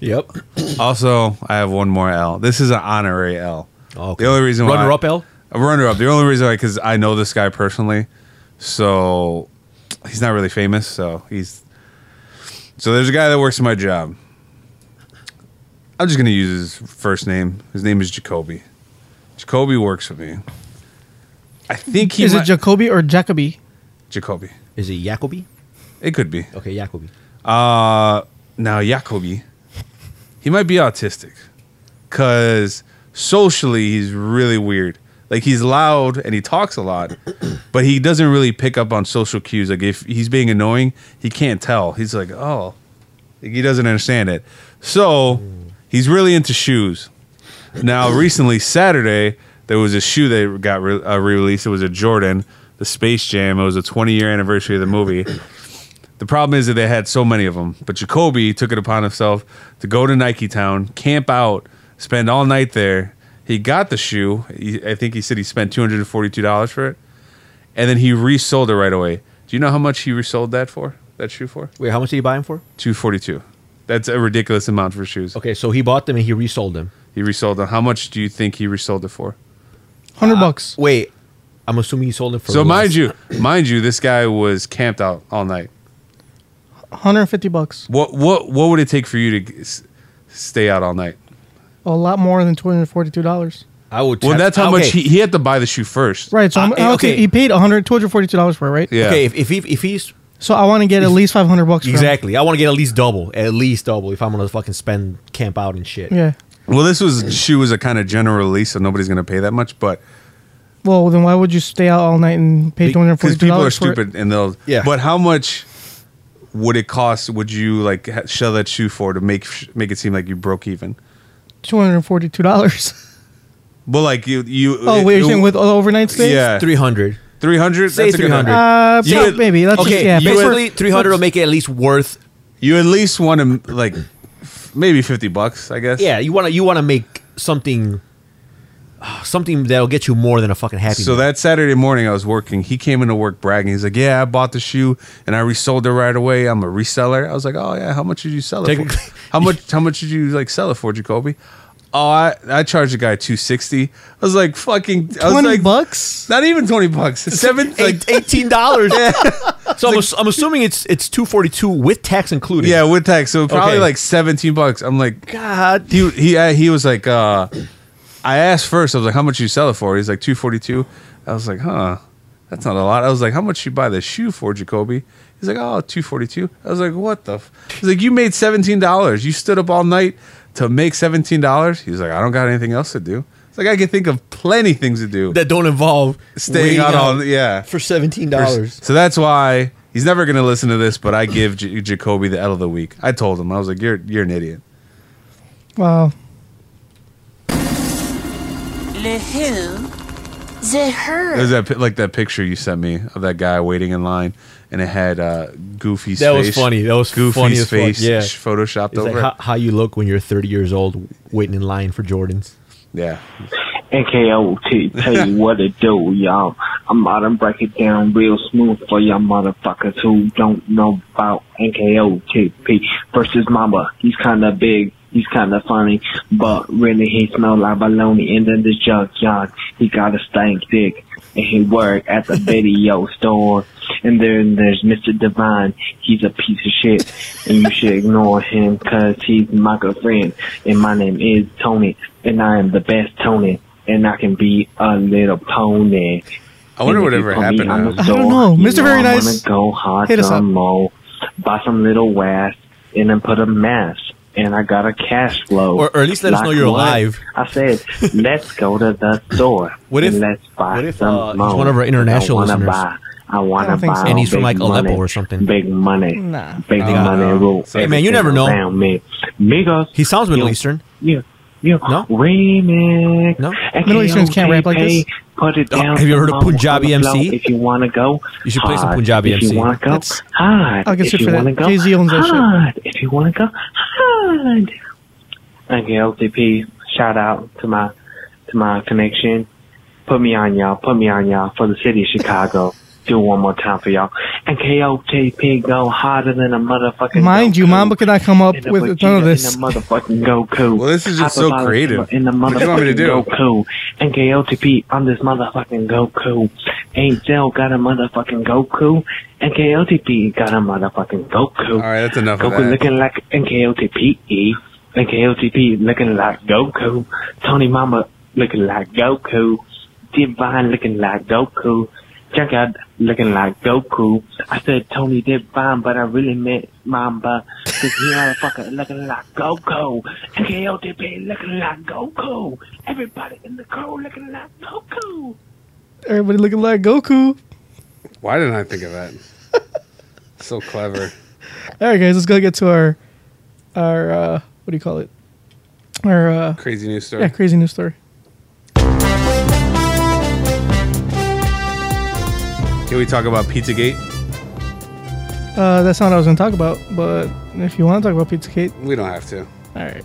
C: Yep.
B: also, I have one more L. This is an honorary L.
C: Oh,
B: The only reason why
C: runner up L.
B: a runner up. The only reason why because I know this guy personally, so he's not really famous. So he's so there's a guy that works at my job. I'm just gonna use his first name. His name is Jacoby. Jacoby works with me. I think he
A: Is
B: might-
A: it Jacoby or Jacoby?
B: Jacoby.
C: Is it Jacoby?
B: It could be.
C: Okay, Jacoby.
B: Uh, now Jacoby, he might be autistic, cause socially he's really weird. Like he's loud and he talks a lot, but he doesn't really pick up on social cues. Like if he's being annoying, he can't tell. He's like, oh, like, he doesn't understand it. So he's really into shoes. Now recently Saturday there was a shoe that got re- uh, re-released. It was a Jordan, the Space Jam. It was a 20-year anniversary of the movie. The problem is that they had so many of them. But Jacoby took it upon himself to go to Nike Town, camp out, spend all night there. He got the shoe. He, I think he said he spent two hundred and forty-two dollars for it, and then he resold it right away. Do you know how much he resold that for? That shoe for?
C: Wait, how much did you buy them for?
B: Two forty-two. That's a ridiculous amount for shoes.
C: Okay, so he bought them and he resold them.
B: He resold them. How much do you think he resold it for? Uh,
A: Hundred bucks.
C: Wait, I'm assuming he sold them for.
B: so
C: less.
B: mind you, mind you, this guy was camped out all night.
A: Hundred and fifty bucks.
B: What what what would it take for you to g- s- stay out all night?
A: A lot more than two hundred forty-two dollars.
C: I would.
B: Well,
C: tap-
B: that's how much
C: okay.
B: he, he had to buy the shoe first.
A: Right. So I'm,
C: Uh, eh,
A: okay.
C: okay.
A: He paid 100 242 dollars for it, right?
B: Yeah.
C: Okay, if if, he, if he's
A: So I want to get at least five hundred bucks. for him.
C: exactly, I want to get at least double, at least double. If I'm gonna fucking spend camp out and shit.
A: Yeah.
B: Well, this was shoe was a kind of general release, so nobody's going to pay that much. But
A: Well, then why would you stay out all night and pay two hundred
B: because
A: forty-two
B: people are
A: dollars? for it?
B: stupid and they'll.
C: Yeah.
B: But how much would it cost? Would you like ha- sell that shoe for to make sh- make it seem like you broke even?
A: Two hundred forty-two dollars.
B: Well, like you you.
A: oh,
B: it-
A: wait, you're
B: it-
A: saying with overnight stays?
B: Yeah.
C: three hundred.
B: Three hundred.
C: Say 300.
A: Uh,
B: You
A: prob-
B: would-
A: maybe. That's
C: Okay,
A: just, yeah. but
C: basically three hundred will make it at least worth.
B: You at least want to like f- maybe fifty bucks, I guess.
C: Yeah, you wanna you wanna make something, something that'll get you more than a fucking happy.
B: So
C: Meal.
B: that Saturday morning, I was working. He came into work bragging. He's like, "Yeah, I bought the shoe and I resold it right away. I'm a reseller." I was like, "Oh yeah, how much did you sell it for?
C: Technically-
B: How much? How much did you like sell it for, Jacoby?" Oh, I, I charged the guy two sixty. I was like, "Fucking I was
A: 20
B: like,
A: bucks?
B: Not even twenty bucks. It's seven like
C: Eight- eighteen dollars. So I'm, ass- I'm assuming it's it's two forty two with tax included.
B: yeah with tax. So probably
C: Okay.
B: like seventeen bucks. I'm like,
C: God.
B: he he uh, he was like, uh, I asked first. I was like, "How much you sell it for?" He's like, 242 I was like, "Huh, that's not a lot." I was like, "How much you buy the shoe for, Jacoby?" He's like, "Oh, 242 I was like, "What the?" F-? He's like, "You made seventeen dollars. You stood up all night to make seventeen dollars." He was like, "I don't got anything else to do." It's like I can think of plenty things to do.
C: That don't involve
B: Staying
C: waiting
B: out all yeah.
C: for seventeen dollars.
B: So that's why he's never gonna listen to this. But I give J- Jacoby the L of the week. I told him I was like, "You're you're an idiot."
A: Wow.
J: Le who? The her.
B: There's that pi- like that picture you sent me of that guy waiting in line, and it had uh, Goofy's
C: That was
B: face.
C: funny. That was
B: Goofy's
C: funny as fuck.
B: face.
C: Yeah.
B: sh- photoshopped
C: It's
B: over.
C: like how, how you look when you're 30 years old waiting in line for Jordans.
B: yeah,
K: AKO to tell you what to do, y'all. I'm out and break it down real smooth for y'all motherfuckers who don't know about NKO TP versus Mamba. He's kinda big, he's kinda funny, but really he smell like baloney and then the junkyard. He got a stank dick and he work at the video store. And then there's Mr. Divine. He's a piece of shit, and you should ignore him because he's my good friend. And my name is Tony, and I am the best Tony, and I can be a little pony.
B: I wonder
K: And if
B: whatever
K: you put me
B: happened
K: on
B: to
C: uh,
B: him.
K: the
A: I don't
K: store,
A: know.
K: you
A: Mr. Very
K: I'm
A: Nice,
K: gonna Go hard
A: hit us
K: some
A: up.
K: more, buy some little wax, and then put a mask. And I got a cash flow.
C: Or- or at least let us know you're
K: what?
C: alive.
K: I said, let's go to the store.
C: What if-
K: and let's buy
C: what if,
K: some
C: uh, he's
K: more.
C: one of our international
K: I wanna
C: listeners?
K: Buy, I want
A: I don't
K: to
A: think
K: buy.
A: so.
C: And he's from,
K: big
C: like, Aleppo
K: money,
C: or something.
K: Big money.
A: Nah.
K: Big
C: Nah.
K: money rule.
C: Hey, man, you never know.
K: Around me. Migos.
C: He sounds Middle
K: you-
C: Eastern.
K: Yeah. Yeah.
C: No?
K: Remix.
C: No?
A: Middle Easterns can't rap like this.
K: Put it
C: Oh,
K: down.
C: have you
K: some
C: heard of
K: more on
C: Punjabi
K: the floor
C: MC?
K: If you want to go.
C: You should play some
K: hard.
C: Punjabi
K: if
C: MC.
K: you want to go.
A: That's-
K: Hard.
A: I'll get
K: if
A: shit
K: you
A: for that.
K: want to go.
A: Jay-Z owns that shit.
K: Hard. If you want to go. Hard. Okay, LTP. Shout out to my to my connection. Put me on y'all. Put me on y'all for the city of Chicago. Do it one more time for y'all. And KOTP go harder than a motherfucking.
A: Mind you,
K: Goku.
A: Mamba could not come up
K: In the
A: with
K: Vegeta,
A: none of this.
K: In the motherfucking Goku.
B: Well, this is just so
K: Hyperbolic
B: creative.
K: In the motherfucking
B: What do you want me to do?
K: Goku. And KOTP, I'm this motherfucking Goku. Ain't Cell got a motherfucking Goku. And KOTP got a motherfucking Goku.
B: All right, that's enough of
K: Goku
B: that.
K: looking like NKOTP. NKOTP looking like Goku. Tony Mama looking like Goku. Divine looking like Goku. Junkyard looking like Goku. I said Tony Divine, but I really meant Mamba. Cause he motherfucker looking like Goku. NKOTP looking like Goku. Everybody in the crew looking like Goku.
A: Everybody looking like Goku.
B: why didn't I think of that? so clever.
A: All right, guys, let's go get to our our uh, what do you call it? Our uh,
B: Crazy news story.
A: yeah, crazy news story.
B: Can we talk about Pizzagate?
A: Uh, that's not what I was going to talk about, but if you want to talk about Pizza Kate,
B: We don't have to.
A: All right.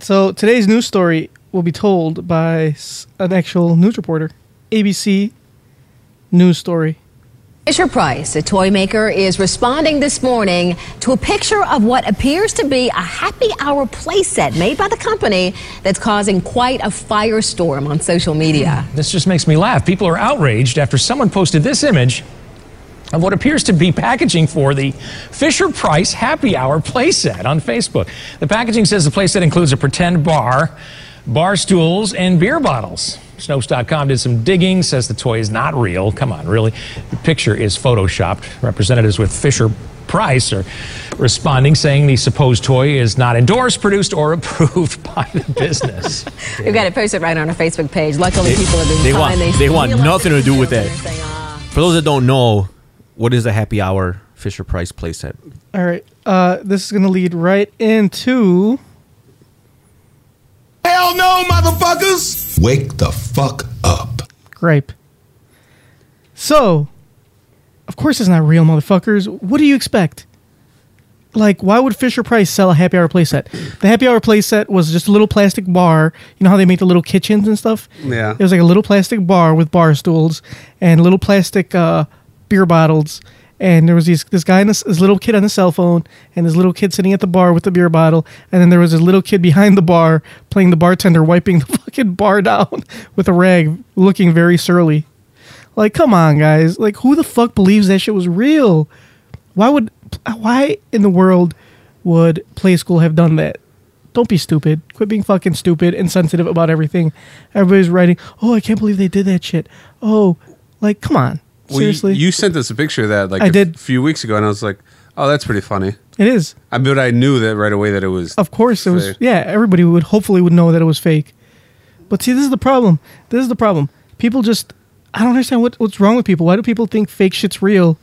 A: So today's news story will be told by s- an actual news reporter, ABC news story.
L: Fisher Price, a toy maker, is responding this morning to a picture of what appears to be a happy hour playset made by the company that's causing quite a firestorm on social media.
M: This just makes me laugh. People are outraged after someone posted this image of what appears to be packaging for the Fisher Price Happy Hour playset on Facebook. The packaging says the playset includes a pretend bar, bar stools, and beer bottles. Snopes.com did some digging, says the toy is not real. Come on, really? The picture is photoshopped. Representatives with Fisher Price are responding, saying the supposed toy is not endorsed, produced, or approved by the business.
L: We've got it posted right on our Facebook page. Luckily, people are being
C: They
L: kind.
C: want, they want nothing to do with that. For those that don't know, what is the happy hour Fisher Price playset?
A: All right. Uh, this is going to lead right into.
G: Hell no, motherfuckers! Wake the fuck up.
A: gripe. So, of course it's not real, motherfuckers. What do you expect? Like, why would Fisher Price sell a happy hour playset? The happy hour playset was just a little plastic bar. You know how they make the little kitchens and stuff?
B: Yeah.
A: It was like a little plastic bar with bar stools and little plastic uh, beer bottles. And there was these, this guy and this, this little kid on the cell phone, and this little kid sitting at the bar with the beer bottle. And then there was this little kid behind the bar playing the bartender, wiping the fucking bar down with a rag, looking very surly. Like, come on, guys. Like, who the fuck believes that shit was real? Why would, why in the world would Play School have done that? Don't be stupid. Quit being fucking stupid and sensitive about everything. Everybody's writing, oh, I can't believe they did that shit. Oh, like, come on.
B: Well, you-
A: Seriously?
B: you, sent us a picture of that like
A: I
B: a
A: did.
B: few weeks ago, and I was like, "Oh, that's pretty funny."
A: it is.
B: I but I knew that right away that it was.
A: Of course, it was.
B: fake.
A: Yeah, everybody would hopefully would know that it was fake. But see, this is the problem. This is the problem. People just, I don't understand what, what's wrong with people. Why do people think fake shit's real?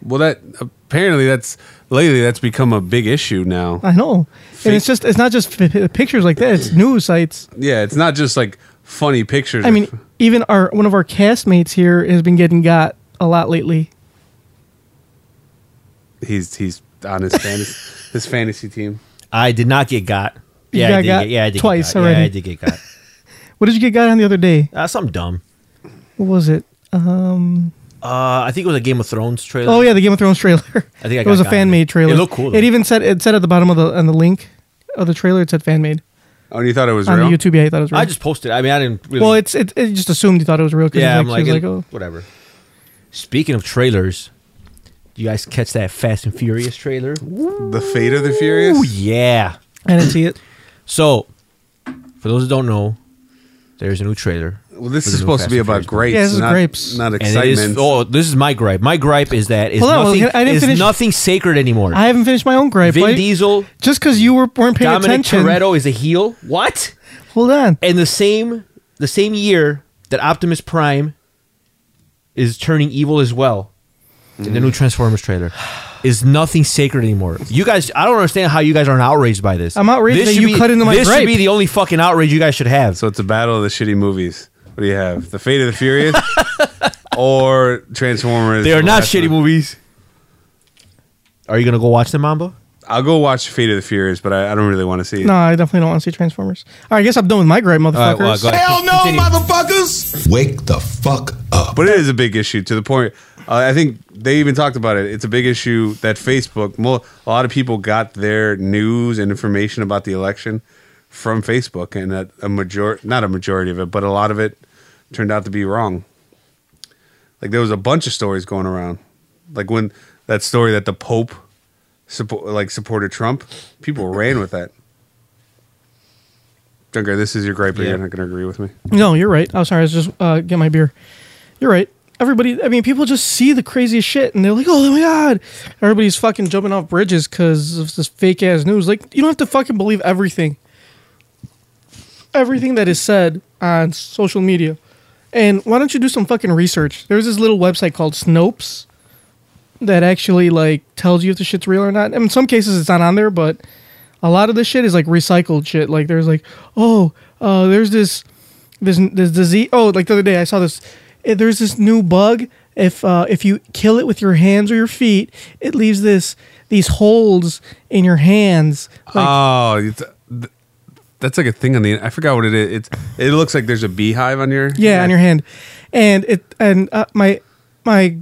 B: Well, that apparently that's lately that's become a big issue now.
A: I know. And it's just, it's not just f- pictures like that. It's news sites.
B: Yeah, it's not just like funny pictures.
A: I mean, even our one of our castmates here has been getting got a lot lately.
B: he's he's on his fantasy his fantasy team.
C: I did not get got.
A: You
C: Yeah,
A: got
C: I did
A: got
C: get, yeah, I did
A: twice
C: get got.
A: already.
C: Yeah, I did get got.
A: What did you get got on the other day?
C: uh, something dumb.
A: What was it? Um,
C: Uh, I think it was a Game of Thrones trailer.
A: oh yeah, the Game of Thrones trailer.
C: Uh, I think I
A: it
C: got
A: was a
C: got
A: fan
C: in it.
A: made trailer.
C: It looked cool,
A: It
C: though.
A: even said it said at the bottom of the on the link of the trailer it said fan made
B: Oh, and you thought it was
A: on
B: real?
A: the YouTube. Yeah, I thought it was real.
C: I just posted. I mean, I didn't really.
A: well, it's it, it just assumed you thought it was real because
C: yeah,
A: yeah,
C: I'm
A: like,
C: like,
A: she was
C: eh,
A: like, oh,
C: whatever. Speaking of trailers, do you guys catch that Fast and Furious trailer? The
B: Fate of the Furious.
C: Ooh, yeah.
A: I didn't see it.
C: So, for those who don't know, there's a new trailer.
B: Well, this
C: for the
B: is
C: new
B: supposed
C: Fast
B: to be
C: and
B: about
C: Furious
B: grapes,
A: Yeah, this is
B: not,
A: grapes.
B: not
C: And it
B: excitement.
C: is- oh, this is my gripe. My gripe is that it's
A: Hold on, well,
C: nothing.
A: I didn't
C: it's
A: finish-
C: nothing sacred anymore.
A: I haven't finished my own gripe.
C: Vin
A: Why-
C: Diesel,
A: just because you were, weren't paying
C: Dominic
A: attention.
C: Toretto is a heel. What?
A: Hold on.
C: And the same, the same year that Optimus Prime is turning evil as well. In
B: Mm-hmm.
C: the new Transformers trailer, is nothing sacred anymore. You guys, I don't understand how you guys aren't outraged by this.
A: I'm outraged
C: This
A: that
C: should
A: you
C: be-
A: cut into my
C: This should
A: gripe.
C: be the only fucking outrage you guys should have.
B: So it's a battle of the shitty movies. What do you have? The Fate of the Furious or Transformers?
C: They are
B: The
C: not
B: last one?
C: shitty movies. Are you gonna go watch them, Mambo?
B: I'll go watch Fate of the Furious, but I, I don't really want to see it.
A: No, I definitely don't want to see Transformers. All right, I guess I'm done with my gripe, motherfuckers.
G: Hell no, motherfuckers! Wake the fuck up.
B: But it is a big issue to the point. Uh, I think they even talked about it. It's a big issue that Facebook. Mo- a lot of people got their news and information about the election from Facebook, and that a major not a majority of it, but a lot of it turned out to be wrong. Like there was a bunch of stories going around, like when that story that the Pope support like supported Trump, people ran with that. Junker, this is your gripe, but
A: Yeah.
B: you're not going to agree with me.
A: No, you're right. I'm sorry. I was just uh, get my beer. You're right. Everybody, I mean, people just see the craziest shit and they're like, oh my God. Everybody's fucking jumping off bridges because of this fake ass news. Like, you don't have to fucking believe everything. Everything that is said on social media. And why don't you do some fucking research? There's this little website called Snopes that actually like tells you if the shit's real or not. in some cases, it's not on there, but a lot of this shit is like recycled shit. Like there's like, oh, uh, there's this This this disease. Oh, like the other day I saw this. eh, There's this new bug. If uh, if you kill it with your hands or your feet, it leaves this these holes in your hands.
B: oh, it's, th- that's like a thing on the. I forgot what it is. It's. It looks like there's a beehive on your.
A: Yeah, on your hand, and it and uh, my my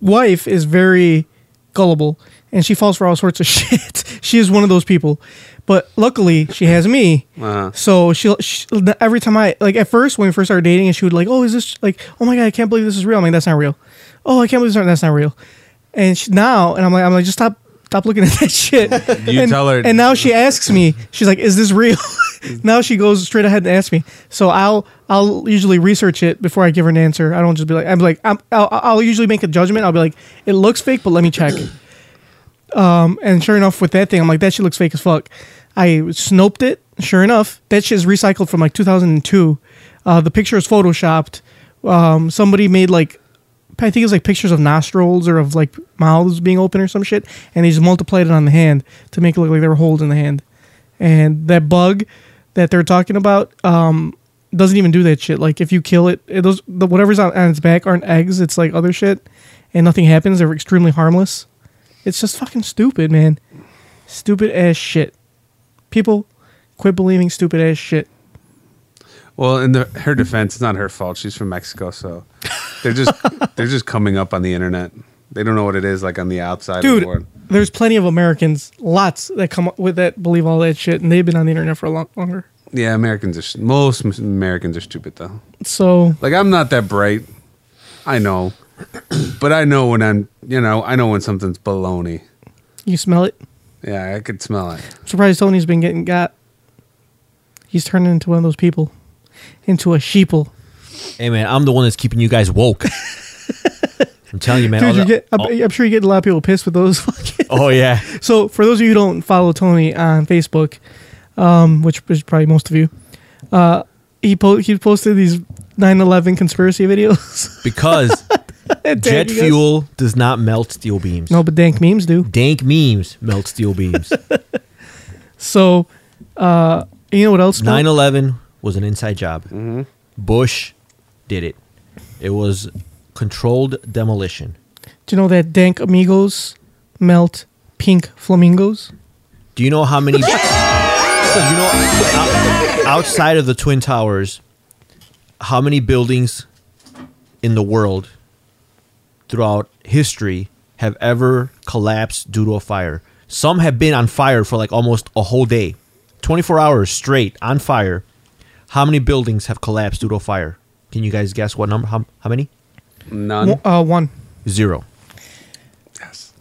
A: wife is very gullible, and she falls for all sorts of shit. she is one of those people, but luckily she has me.
B: Uh-huh.
A: So she'll, she'll every time I like at first when we first started dating, and she would like, oh, is this like, oh my god, I can't believe this is real. I'm like, that's not real. Oh, I can't believe this, that's not real. And she, now, and I'm like, I'm like, just stop. Stop looking at that shit.
B: You
A: and,
B: tell her-
A: And now she asks me. She's like, "Is this real?" now she goes straight ahead and asks me. So I'll I'll usually research it before I give her an answer. I don't just be like, I'm like, I'm, I'll, I'll usually make a judgment. I'll be like, it looks fake, but let me check. Um, and sure enough, with that thing, I'm like, that shit looks fake as fuck. I snoped it. Sure enough, that shit is recycled from like 2002. Uh, the picture is photoshopped. Um, somebody made like, I think it was like pictures of nostrils or of like mouths being open or some shit, and they just multiplied it on the hand to make it look like there were holes in the hand. And that bug that they're talking about um, doesn't even do that shit. Like if you kill it, it those the, whatever's on, on its back aren't eggs. It's like other shit, and nothing happens. They're extremely harmless. It's just fucking stupid, man. Stupid ass shit. People, quit believing stupid ass shit.
B: Well, in the, her defense, it's not her fault. She's from Mexico, so they're just they're just coming up on the internet. They don't know what it is like on the outside of the
A: Dude,
B: world.
A: there's plenty of Americans, lots that come up with that, believe all that shit, and they've been on the internet for a lot longer.
B: Yeah, Americans are s- most m- Americans are stupid though.
A: So
B: Like I'm not that bright. I know, but I know when I'm you know I know when something's baloney.
A: you smell it.
B: Yeah, I could smell it.
A: I'm surprised Tony's been getting got. He's turning into one of those people, into a sheeple.
C: Hey man, I'm the one that's keeping you guys woke. I'm telling you, man. all
A: Dude, you
C: the-
A: get, I'm,
C: all-
A: I'm sure you get a lot of people pissed with those. fucking-
C: oh yeah.
A: so, for those of you who don't follow Tony on Facebook, um, which is probably most of you, uh, he po- he posted these 9/11 conspiracy videos.
C: because
A: Dank,
C: jet
A: you guys-
C: fuel does not melt steel beams.
A: no, but dank memes do.
C: Dank memes melt steel beams.
A: So, uh, you know what else? Bill?
C: 9 11 was an inside job. Bush did it. It was controlled demolition.
A: Do you know that dank amigos melt pink flamingos?
C: Do you know how many. So, you know, out- outside of the Twin Towers, how many buildings in the world throughout history have ever collapsed due to a fire? Some have been on fire for like almost a whole day, 24 hours straight on fire. How many buildings have collapsed due to a fire? Can you guys guess what number? How, how many?
B: None.
A: Wo- Uh, one.
C: Zero. Yes.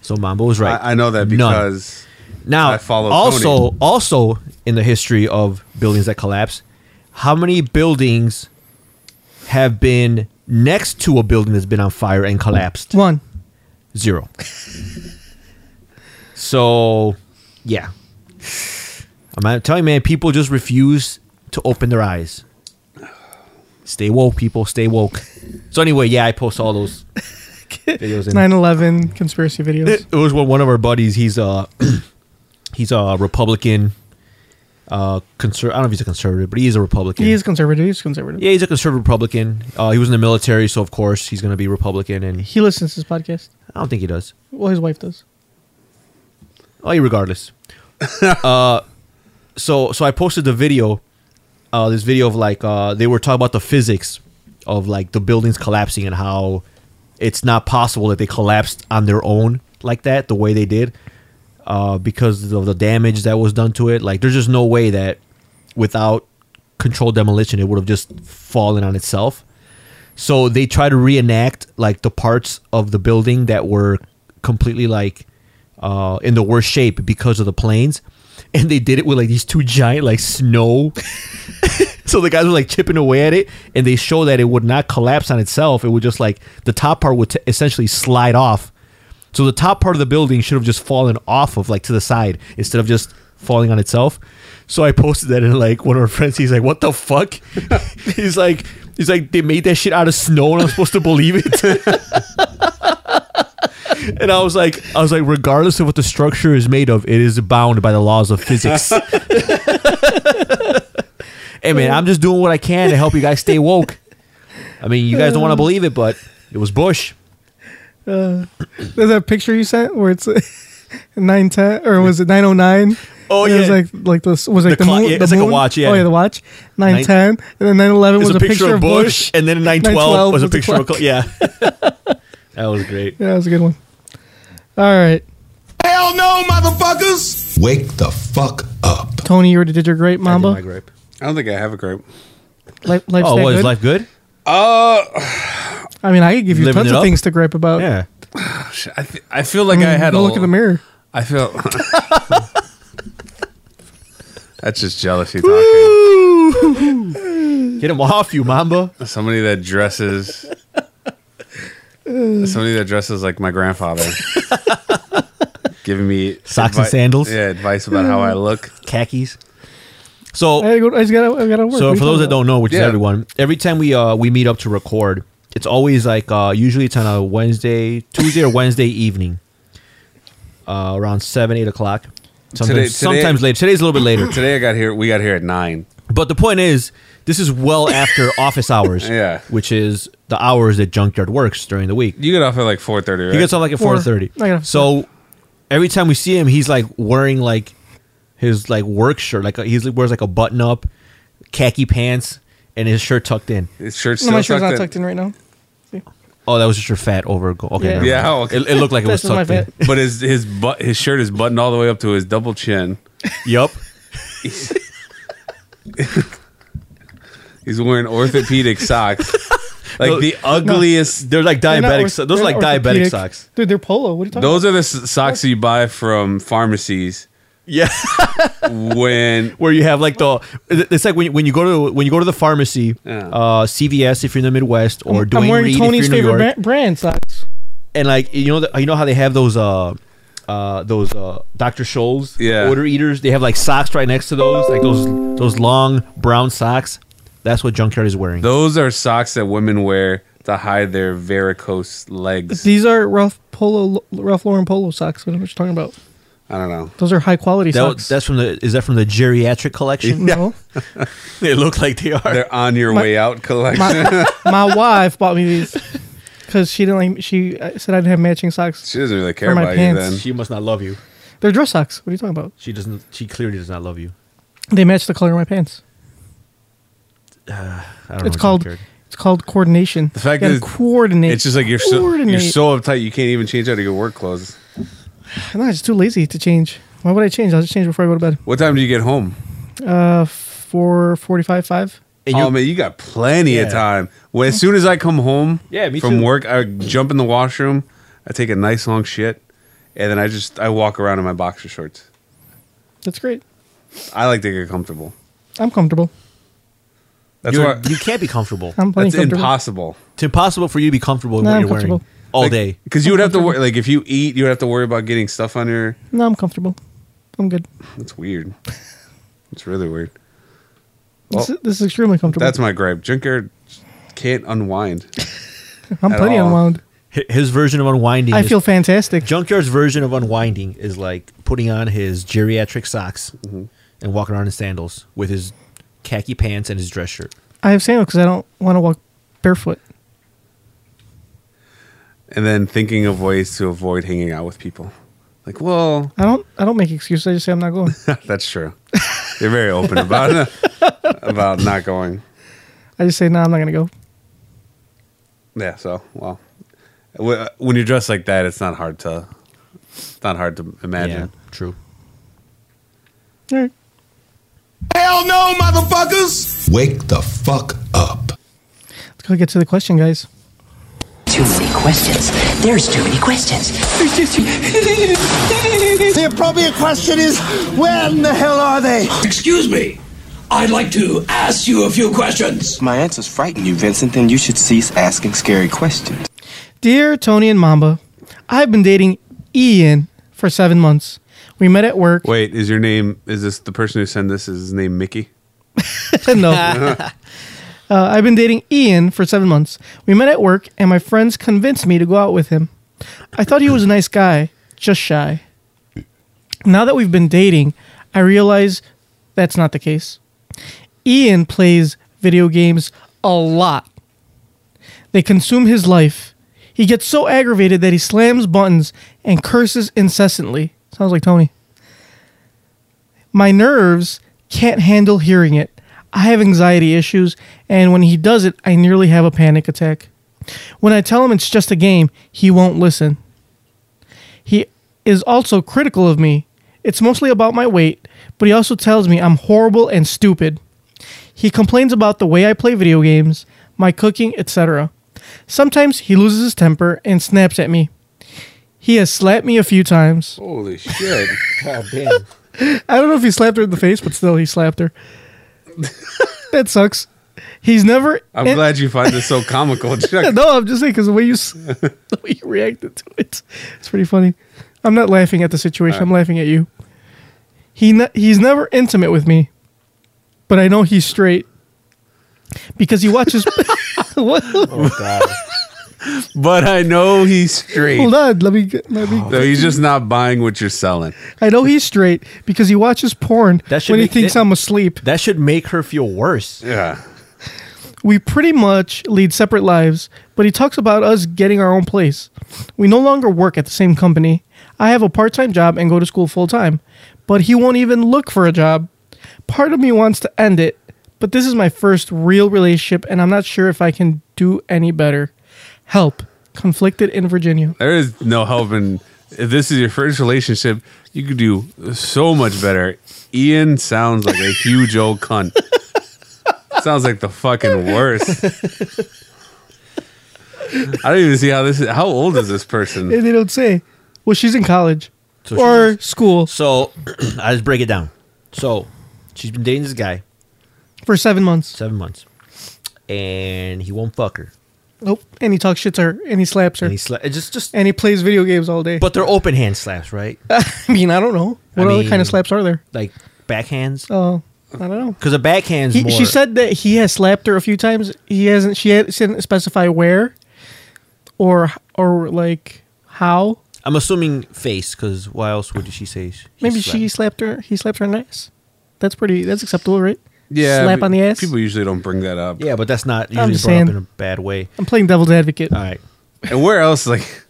C: so Mambo was right.
B: I, I know that because
C: now,
B: I follow
C: also,
B: Tony.
C: also in the history of buildings that collapse, how many buildings have been next to a building that's been on fire and collapsed?
A: One.
C: Zero. so, yeah, I'm not telling you, man. People just refuse to open their eyes. Stay woke, people. Stay woke. So anyway, yeah, I post all those videos. in-
A: 9/11 conspiracy videos.
C: it, it was one one of our buddies. He's a he's a Republican. Uh, conser- I don't know if he's a conservative, but he is a Republican.
A: He is conservative. He's conservative.
C: yeah, he's a conservative Republican. Uh, he was in the military, so of course he's going to be Republican. And
A: He listens to this podcast.
C: I don't think he does.
A: Well, his wife does.
C: Oh, yeah, regardless. uh, so so I posted the video, uh, this video of like uh, they were talking about the physics of like the buildings collapsing and how it's not possible that they collapsed on their own like that the way they did, uh, because of the damage that was done to it. Like there's just no way that without controlled demolition it would have just fallen on itself. So they try to reenact like the parts of the building that were completely like uh, in the worst shape because of the planes, and they did it with like these two giant like snow. so the guys were like chipping away at it, and they show that it would not collapse on itself. It would just like the top part would t- essentially slide off. So the top part of the building should have just fallen off of like to the side instead of just falling on itself. So I posted that and like one of our friends, he's like, "What the fuck?" he's like, he's like, they made that shit out of snow, and I'm supposed to believe it. and I was like, I was like, regardless of what the structure is made of, it is bound by the laws of physics. Hey man, I'm just doing what I can to help you guys stay woke. I mean, you guys don't want to believe it, but it was Bush.
A: Uh, there's that picture you sent where it's nine ten or was it nine oh nine?
C: Oh,
A: It was
C: yeah.
A: like like this was
C: The
A: like the,
C: clock-
A: moon.
C: yeah,
A: the
C: it's like a
A: moon?
C: watch, yeah.
A: Oh yeah, the watch nine ten, and then nine eleven was a picture, of Bush,
C: and then 912, was a
A: the
C: picture of a
A: clock.
C: cl- yeah. that was great.
A: Yeah, that was a good one. All right,
G: Hell no, motherfuckers!
B: Wake the fuck up.
A: Tony, you already did your grape, Mamba.
C: grape.
B: I don't think I have a grape.
A: Life,
C: Oh,
A: life's that good?
C: good?
B: Uh,
A: I mean, I could give you
B: Living
A: tons
B: it
A: of
B: up?
A: things to gripe about.
C: Yeah,
B: I, th- I feel like I had a
A: go look in the mirror.
B: I feel. That's just jealousy talking.
C: Get him off you, Mamba.
B: Somebody that dresses. Somebody that dresses like my grandfather. Giving me
C: Socks and
B: advi-
C: sandals?
B: Yeah, advice about how I look.
C: Khakis. So
A: I, gotta go, I just gotta, I gotta work.
C: So
A: What are
C: for
A: you
C: those that
A: talking
C: don't know, which is
A: Yeah.
C: everyone, every time we uh we meet up to record, it's always like uh usually it's on a Wednesday, Tuesday or Wednesday evening, uh around seven eight o'clock. Sometimes,
B: Today- today-
C: sometimes later. Today's a little bit later.
B: Today I got here. We got here at nine.
C: But the point is, this is well after office hours.
B: Yeah.
C: which is the hours that Junkyard works during the week.
B: You get off at like four thirty. Right?
C: He gets off like at
B: Four.
C: four thirty.
B: I got-
C: So every time we see him, he's like wearing like his like work shirt. Like he wears like a button up, khaki pants, and his shirt tucked in.
B: His shirt's
A: No, my shirt's not tucked in right now.
C: Oh, that was just your fat over. go- Okay,
A: Yeah.
C: never
B: Yeah,
C: mind.
B: oh, okay.
C: It, it looked like it was
A: This is my
C: tucked in.
B: But his his butt his shirt is buttoned all the way up to his double chin.
C: Yup.
B: He's wearing orthopedic socks. Like
C: No,
B: the ugliest.
C: They're like
A: They're not
C: diabetic.
A: orth-
C: so- those are
A: they're not
C: like diabetic
A: orthopedic.
C: socks.
A: dude. They're polo. What are you talking?
B: Those are the s- socks you buy from pharmacies.
C: Yeah.
B: when
C: where you have like the it's like when, when you go to when you go to the pharmacy, uh, CVS if you're in the Midwest or
A: about? I'm
C: Dwayne
A: wearing
C: Reed
A: Tony's
C: if you're in New
A: favorite
C: York.
A: bra- brand socks.
C: and like you know, the, you know how they have those uh, uh, those uh, Dr. Scholl's
B: Yeah.
C: order eaters. They have like socks right next to those, like those those long brown socks. That's what Junkyard is wearing.
B: Those are socks that women wear to hide their varicose legs.
A: These are Ralph Polo, Ralph Lauren polo socks. What am I talking about?
B: I don't know.
A: Those are high quality
C: That-
A: socks.
C: that's from the is that from the geriatric collection?
A: No,
C: they look like they are.
B: They're on your
A: My-
B: way out collection.
A: my, my wife bought me these because she didn't like. She uh, said I didn't have matching socks.
B: she doesn't really care
A: for my
B: about
A: pants.
B: you then.
C: She must not love you.
A: They're dress socks. What are you talking about?
C: She doesn't. She clearly does not love you.
A: They match the color of my pants.
C: I don't know
A: It's
C: what
A: called
C: Junkyard-
A: it's called coordination. The
B: fact is,
A: coordinate.
B: It's just like you're so you're
A: coordinate.
B: so uptight you can't even change out of your work clothes.
A: I'm not just too lazy to change. Why would I change? I'll just change before I go to bed.
B: What time do you get home?
A: Uh, four forty-five, five.
B: oh man, you got plenty of
A: Yeah.
B: time. When as soon as I come home,
A: Yeah, me
B: from
A: too.
B: work, I jump in the washroom, I take a nice long shit, and then I just I walk around in my boxer shorts.
A: That's great.
B: I like to get comfortable.
A: I'm comfortable.
B: That's
C: You're-
B: why
C: you can't be comfortable.
A: I'm plenty
B: that's
A: comfortable.
B: impossible.
C: It's impossible for you to be comfortable in
A: No,
C: what
A: I'm
C: you're wearing
A: comfortable.
C: all day.
B: Because you would have to worry, like, if you eat, you would have to worry about getting stuff on your.
A: No, I'm comfortable. I'm good.
B: That's weird. It's really weird. Well,
A: This, is, this is extremely comfortable.
B: that's my gripe. Junkyard can't unwind.
A: I'm
B: at
A: plenty
B: all.
A: unwound.
C: Hi- His version of unwinding.
A: I
C: is-
A: feel fantastic.
C: Junkyard's version of unwinding is like putting on his geriatric socks
B: Mm-hmm.
C: and walking around in sandals with his khaki pants and his dress shirt.
A: I have sandals because I don't want to walk barefoot.
B: And then thinking of ways to avoid hanging out with people. Like, well,
A: I don't. I don't make excuses. I just say I'm not going.
B: that's true. You're very open about about not going.
A: I just say no. I'm not gonna go.
B: Yeah. So, well, wh- when you're dressed like that, it's not hard to, it's not hard to imagine.
C: true.
A: All right.
G: Hell no, motherfuckers! Wake the fuck up.
A: Let's go get to the question, guys.
N: Too many questions. There's too many questions.
G: the appropriate question is when the hell are they?
O: Excuse me. I'd like to ask you a few questions.
P: My answers frighten you, Vincent, then you should cease asking scary questions.
A: Dear Tony and Mamba, I've been dating Ian for seven months. We met at work.
B: Wait, is your name? Is this the person who sent this? Is his name Mickey?
A: no. uh, I've been dating Ian for seven months. We met at work, and my friends convinced me to go out with him. I thought he was a nice guy, just shy. Now that we've been dating, I realize that's not the case. Ian plays video games a lot. They consume his life. He gets so aggravated that he slams buttons and curses incessantly. Sounds like Tony. My nerves can't handle hearing it. I have anxiety issues, and when he does it, I nearly have a panic attack. When I tell him it's just a game, he won't listen. He is also critical of me. It's mostly about my weight, but he also tells me I'm horrible and stupid. He complains about the way I play video games, my cooking, etc. Sometimes he loses his temper and snaps at me. He has slapped me a few times.
B: Holy shit. God damn.
A: I don't know if he slapped her in the face, but still he slapped her. that sucks. He's never.
B: I'm
A: and-
B: glad you find this so comical, Chuck.
A: no, I'm just saying because the way you s- the way you reacted to it, it's pretty funny. I'm not laughing at the situation. I'm laughing at you. He ne- he's never intimate with me, but I know he's straight because he watches. what?
B: But I know he's straight.
A: Hold on, let me get- let me.
B: So he's just not buying what you're selling.
A: I know he's straight because he watches porn
B: That should
A: when he
B: make-
A: thinks
B: that-
A: I'm asleep.
C: That should make her feel worse.
B: Yeah.
A: We pretty much lead separate lives, but he talks about us getting our own place. We no longer work at the same company. I have a part time job and go to school full time, but he won't even look for a job. Part of me wants to end it, but this is my first real relationship and I'm not sure if I can do any better. Help. Conflicted in Virginia.
B: There is no helping. If this is your first relationship, you could do so much better. Ian sounds like a huge old cunt. sounds like the fucking worst. I don't even see how this is. How old is this person?
A: They don't say. Well, she's in college
C: So
A: or school
C: So I just break it down. So she's been dating this guy
A: for seven months.
C: seven months, and he won't fuck her.
A: Nope. And he talks shit to her and he slaps her.
C: And he sla- it just just
A: and Uh, he plays video games all day.
C: But they're open hand slaps, right?
A: I mean, I don't know.
C: I
A: What other kind
C: mean-
A: of slaps are there?
C: Like backhands.
A: Oh, I don't know.
C: Because a backhand's
A: He,
C: more.
A: she said that he has slapped her a few times. He hasn't. She, had, she didn't specify where, or or like how.
C: I'm assuming face, because why else would she say? She
A: Maybe she slapped her. He slapped her in the ass. That's pretty. That's acceptable, right?
B: Yeah,
A: Slap
B: but
A: on the ass.
B: People usually don't bring that up.
C: Yeah, but that's not
A: I'm
C: usually brought
A: just saying.
C: up in a bad way.
A: I'm playing devil's advocate. All
C: right.
B: And where else, like,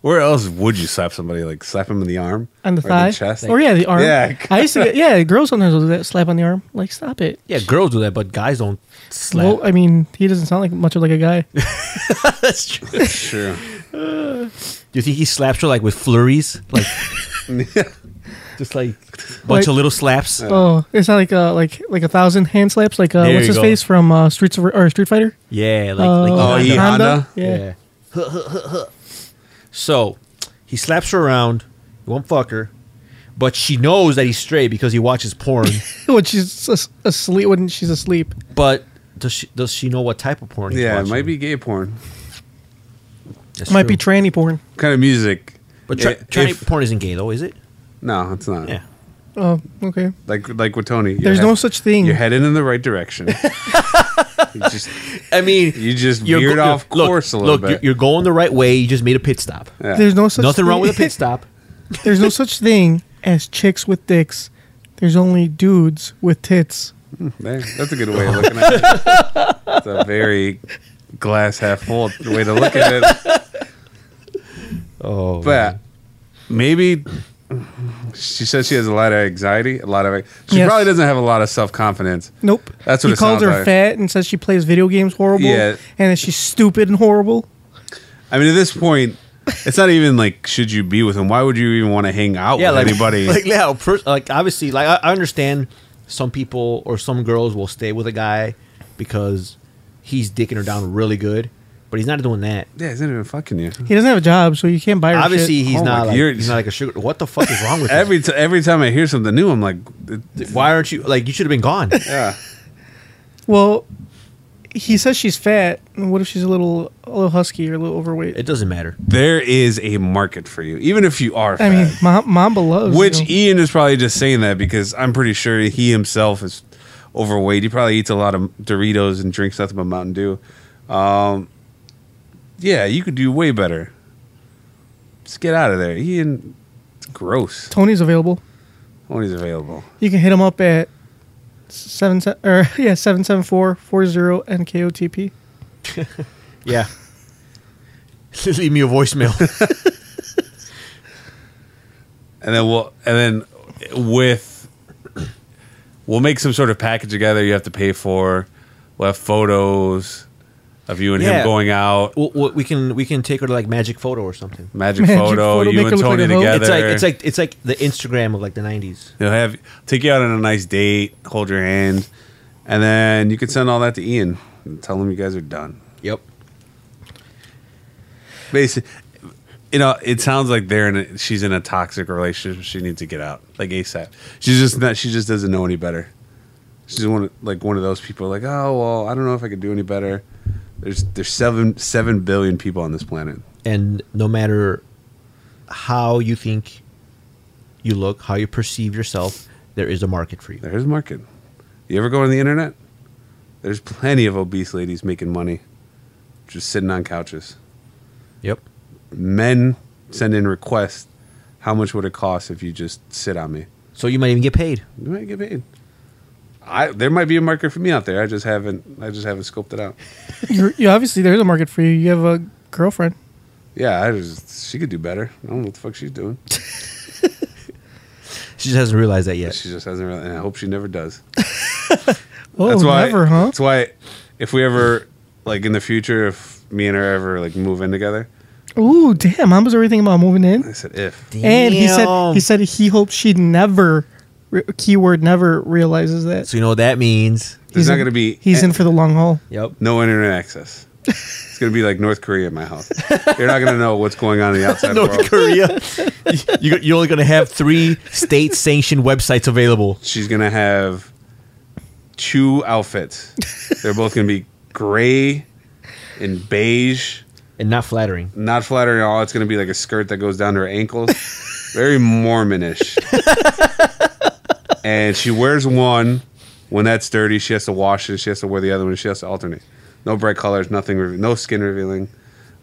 B: where else would you slap somebody? Like, slap him in the arm,
A: On the
B: Or
A: thigh,
B: chest,
A: or yeah, the arm.
B: Yeah,
A: I used to. Get, yeah, girls sometimes will do that. Slap on the arm. Like, stop it.
C: Yeah, girls do that, but guys don't slap.
A: Well, uh, I mean, he doesn't sound like much of like a guy.
C: That's true.
B: Sure.
C: Do you think he slaps her like with flurries, like just like a bunch
A: Like-
C: of little slaps?
A: Oh, it's not like uh like like a thousand hand slaps. Like uh,
C: There
A: what's
C: you
A: his
C: go.
A: face from uh, Streets of, or Street Fighter?
C: Yeah, like,
A: Uh,
C: like
A: Oh, yeah, Honda?
C: Yeah. so he slaps her around. He won't fuck her, but she knows that he's straight because he watches porn.
A: when she's as- asleep. When she's asleep.
C: but does she does she know what type of porn? He's
B: yeah, it
C: watching?
B: might be gay porn.
A: Might be tranny porn.
B: kind of music.
C: But tra-
B: If-
C: tranny
B: if-
C: porn isn't gay though, is it?
B: no, it's not. Yeah,
A: Oh, okay.
B: like like with Tony. you're
A: There's no
B: head-
A: such thing.
B: You're heading in the right direction. you just,
C: I mean,
B: you just
C: You're
B: veered
C: go-
B: off
C: look,
B: course a little
C: look,
B: bit.
C: You're, you're going the right way. You just made a pit stop.
B: Yeah.
A: There's no such
C: nothing wrong with a
A: thing.
C: pit stop.
A: There's no such thing as chicks with dicks. There's only dudes with tits.
B: Man, that's a good way of looking at it. It's a very glass half full way to look at it.
C: Oh,
B: but maybe she says she has a lot of anxiety, a lot of. She
A: Yes.
B: probably doesn't have a lot of self confidence.
A: Nope.
B: That's what
A: he
B: it
A: calls
B: sounds
A: her
B: like.
A: fat and says she plays video games horrible.
B: Yeah.
A: And that she's stupid and horrible.
B: I mean, at this point, it's not even like should you be with him? Why would you even want to hang out
C: yeah,
B: with
C: like
B: anybody?
C: Like yeah, pers- like obviously, like I, I understand some people or some girls will stay with a guy because he's dicking her down really good, but he's not doing that.
B: yeah, he's not even fucking you.
A: He doesn't have a job, so you can't buy her.
C: Obviously,
A: shit.
C: he's
B: Oh my-
C: not like
B: you're-
C: he's not like a sugar. What the fuck is wrong with him?
B: Every t- every time I hear something new, I'm like,
C: Why aren't you like you should have been gone?
B: yeah.
A: Well, he says she's fat. and What if she's a little a little husky or a little overweight?
C: It doesn't matter.
B: There is a market for you, even if you are.
A: I
B: Fat.
A: mean, Ma- Mamba loves
B: Which e-
A: you know.
B: Ian is probably just saying that because I'm pretty sure he himself is overweight. He probably eats a lot of Doritos and drinks nothing but Mountain Dew. Um, yeah, you could do way better. Just get out of there. Ian, it's gross.
A: Tony's available.
B: Tony's available.
A: You can hit him up at seven se- or yeah seven seven four four zero nkotp.
C: Yeah. Leave me a voicemail.
B: and then we'll and then with we'll make some sort of package together. You have to pay for. We'll have photos of you and
C: Yeah.
B: him going out.
C: Well, well, we can we can take her to like magic photo or something.
B: Magic Magic photo, photo, you make and her look Tony like a hoe. together.
C: It's like it's like it's like the Instagram of like the nineties.
B: They'll have take you out on a nice date, hold your hand, and then you can send all that to Ian and tell him you guys are done.
C: Yep.
B: Basically, you know, it sounds like they're in a, she's in a toxic relationship. She needs to get out like ASAP. She's just not. She just doesn't know any better. She's one of- like one of those people. Like, oh well, I don't know if I could do any better. There's there's seven seven billion people on this planet.
C: And no matter how you think you look, how you perceive yourself, there is a market for you.
B: There is a market. You ever go on the internet? There's plenty of obese ladies making money, just sitting on couches.
C: Yep.
B: Men send in requests. How much would it cost if you just sit on me?
C: So you might even get paid.
B: You might get paid. I there might be a market for me out there. I just haven't. I just haven't scoped it out.
A: You're, you obviously there's a market for you. You have a girlfriend.
B: Yeah, I just she could do better. I don't know what the fuck she's doing.
C: She just hasn't realized that yet.
B: She just hasn't. Really, and I hope she never does.
A: Oh, never, huh?
B: That's why if we ever like in the future, if me and her ever like move in together,
A: Ooh, damn! I was already thinking about moving in.
B: I said if.
A: And he said
C: Damn.
A: he said he hopes she never re- keyword never realizes that.
C: So you know what that means.
B: There's not gonna be
A: He's in for the long haul.
C: Yep.
B: No internet access. It's gonna be like North Korea in my house. You're not gonna know what's going on in the outside
C: North
B: world.
C: Korea. you, you're only going to have three state sanctioned websites available.
B: She's gonna have two outfits. They're both gonna be gray and beige.
C: And not flattering.
B: Not flattering at all. It's gonna be like a skirt that goes down to her ankles. Very Mormonish. and she wears one. When that's dirty, she has to wash it. She has to wear the other one. She has to alternate. No bright colors. Nothing. Re- no skin revealing.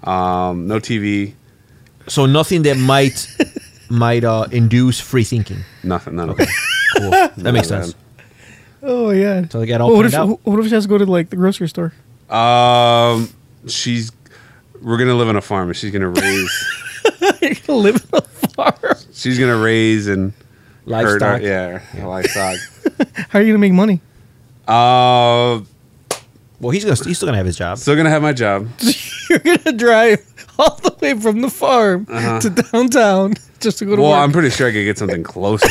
B: Um, no TV.
C: So nothing that might might uh, induce free thinking.
B: Nothing. None of it.
C: Cool. That makes
B: None of
C: sense.
A: Oh yeah.
C: So they got all
A: what
C: planned
A: if
C: out.
A: what if she has to go to like the grocery store?
B: Um, she's. We're gonna live on a farm, and she's gonna raise.
A: You're gonna live in a farm.
B: she's gonna raise and herd our-
A: Livestock.
B: yeah, livestock.
A: How are you gonna make money?
B: Uh,
C: well, he's gonna he's still gonna have his job.
B: Still gonna have my job.
A: You're gonna drive all the way from the farm
B: Uh-huh.
A: to downtown just to go to
B: Well,
A: work.
B: I'm pretty sure I could get something closer.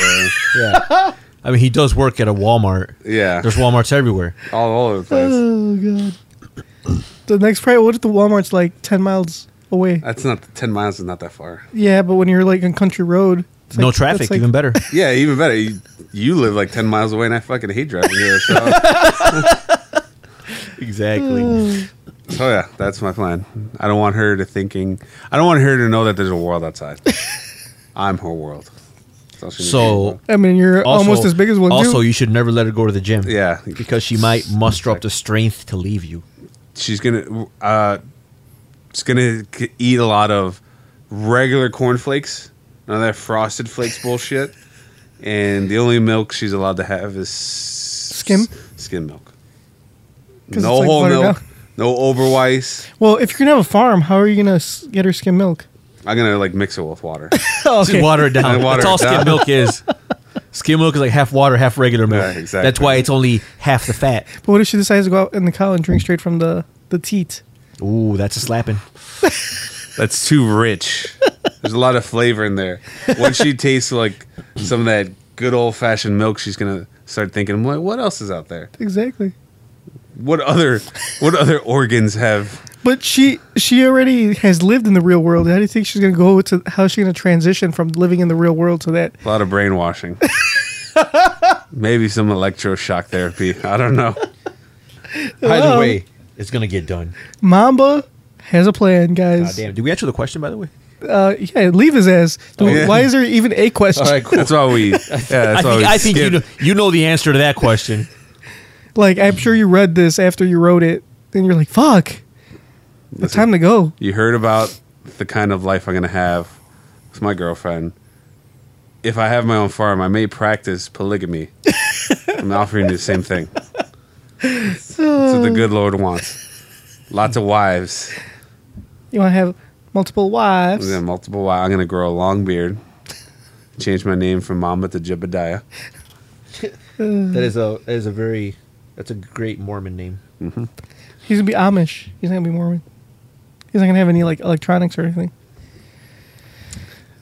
C: yeah, I mean, he does work at a Walmart.
B: Yeah.
C: There's Walmarts everywhere.
B: all, all over the place.
A: oh god. The next price. What if the Walmart's like ten miles away?
B: That's not ten miles is not that far.
A: Yeah, but when you're like on country road, it's like- that's like-
C: better.
B: Yeah, even better. You, you live like ten miles away, and I fucking hate driving here. So,
C: Exactly.
B: so yeah, that's my plan. I don't want her to thinking. I don't want her to know that there's a world outside. I'm her world. That's all she needs to know.
C: So
A: I mean, you're almost as big as one. too.
C: Also, you should never let her go to the gym.
B: Yeah,
C: because she might muster up the strength to leave you.
B: she's gonna uh she's gonna c- eat a lot of regular cornflakes none of that frosted flakes bullshit and the only milk she's allowed to have is skim skim milk
A: 'Cause
B: no
A: it's like
B: whole
A: watered
B: milk
A: down.
B: no overweiss
A: Well, if you're gonna have a farm, how are you gonna s- get her skim milk?
B: i'm gonna like mix it with water
A: Okay.
C: Just water it down.
B: And water
C: That's all
B: it down.
C: skim milk is. Skim milk is like half water, half regular milk.
B: Yeah, exactly.
C: That's why it's only half the fat.
A: But what if she decides to go out in the cow and drink straight from the the teat?
C: Ooh, that's a slapping.
B: that's too rich there's a lot of flavor in there once she tastes like some of that good old-fashioned milk she's gonna start thinking like what else is out there
A: Exactly.
B: what other what other organs have
A: But she she already has lived in the real world. How do you think she's gonna go to? How's she gonna transition from living in the real world to that?
B: A lot of brainwashing. Maybe some electroshock therapy. I don't know.
A: Well,
C: it's gonna get done.
A: Mamba has a plan,
C: God
A: guys.
C: damn. Did we answer the question by the way?
A: Uh, yeah, leave his ass. Dude,
C: yeah.
A: Why is there even a question?
B: That's why we. Yeah, that's
C: I
B: why we
C: think, I think you know, you know the answer to that question.
A: Like I'm sure you read this after you wrote it, and you're like, "Fuck, it's time to go."
B: You heard about the kind of life I'm going to have with my girlfriend. if I have my own farm, I may practice polygamy. I'm offering you the same thing. That's what
C: Uh.
B: the good Lord wants. Lots of wives.
A: You want to have multiple
B: I'm
A: wives?
B: gonna multiple wives. I'm gonna grow a long beard. Change my name from Mamba to Jebediah.
C: That is a that is a very that's a great Mormon name.
B: hmm
A: He's gonna be Amish. He's not gonna be Mormon. He's not gonna have any like electronics or anything.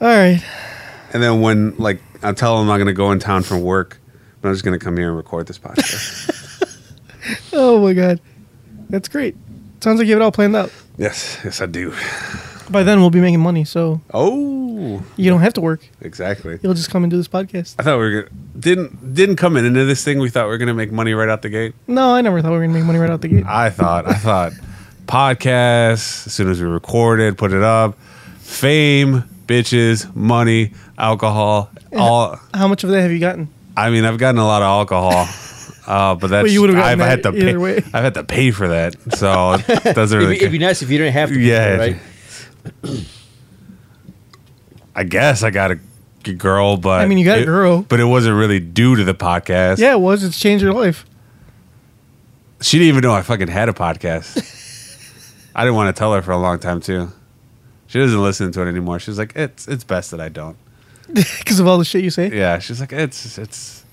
A: All right.
B: And then when like I tell him I'm gonna go in town from work, but I'm just gonna come here and record this podcast.
A: Oh my god, that's great. Sounds like you have it all planned out.
B: yes, yes I do.
A: By then we'll be making money, so
B: Oh,
A: you don't have to work.
B: exactly.
A: You'll just come and do this podcast.
B: I thought we were gonna, didn't didn't come in into this thing. We thought we were gonna make money right out the gate.
A: No, I never thought we were gonna make money right out the gate.
B: I thought I thought podcasts as soon as we recorded, put it up, fame, bitches, money, alcohol, all.
A: How much of that have you gotten?
B: I mean, I've gotten a lot of alcohol, uh, but that's
A: Well, you would've
B: I've
A: gotten
B: had to
A: that
B: pay,
A: either way.
B: I've had to pay for that, so it doesn't
C: It'd
B: really.
C: be, it'd be nice if you didn't have to. be
B: Yeah.
C: there, right?
B: I guess I got a g- girl, but
A: I mean, you got a
B: it-
A: girl.
B: but it wasn't really due to the podcast.
A: Yeah, it was. It's changed your life.
B: She didn't even know I fucking had a podcast. I didn't want to tell her for a long time too. She doesn't listen to it anymore. She's like, it's it's best that I don't.
A: Because of all the shit you say.
B: Yeah, she's like, it's it's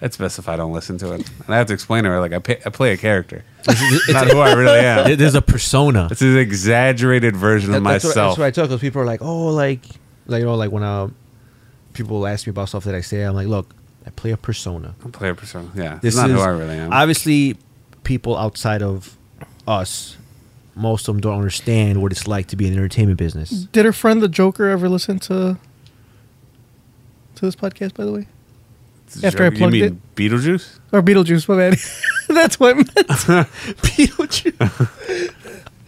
B: it's best if I don't listen to it. And I have to explain to her like I, pay, I play a character, not who I really am.
C: There's a persona.
B: It's an exaggerated version of
C: That- that's, what,
B: myself.
C: that's what I tell because people are like, oh, like, like you know, like when uh, people ask me about stuff that I say, I'm like, look, I play a persona.
B: I play a persona. Yeah, it's not who I really am.
C: Obviously, people outside of us, most of them don't understand what it's like to be in the entertainment business.
A: Did her friend the Joker ever listen to to this podcast? By the way, after I
B: You
A: plugged
B: mean
A: it
B: Beetlejuice?
A: or Beetlejuice, my bad. That's what I meant. Beetlejuice.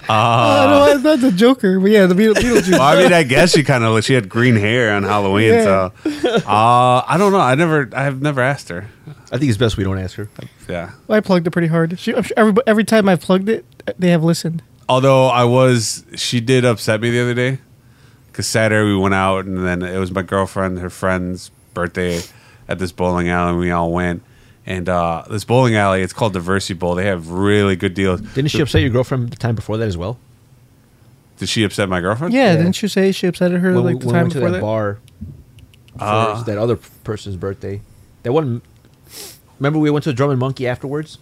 B: Ah.
A: Oh, no, it's not the Joker, but yeah, the Beetle- Beetlejuice.
B: well, I mean, I guess she kind of she had green hair on Halloween,
A: Yeah.
B: so uh, I don't know. I never, I've never asked her.
C: I think it's best we don't ask her.
B: Yeah.
A: I plugged it pretty hard. She, I'm sure every, every time I've plugged it, they have listened.
B: Although I was, she did upset me the other day because Saturday we went out, and then it was my girlfriend, her friend's birthday at this bowling alley. and We all went, and uh, this bowling alley, it's called Diversity Bowl. They have really good deals.
C: Didn't she upset your girlfriend the time before that as well?
B: Did she upset my girlfriend?
A: Yeah, didn't you say she upset her
C: When we-
A: like the
C: when we
A: time
C: went to
A: before
C: that
A: that?
C: bar for
B: Ah.
C: that other person's birthday. That one. Remember, we went to Drum and Monkey afterwards.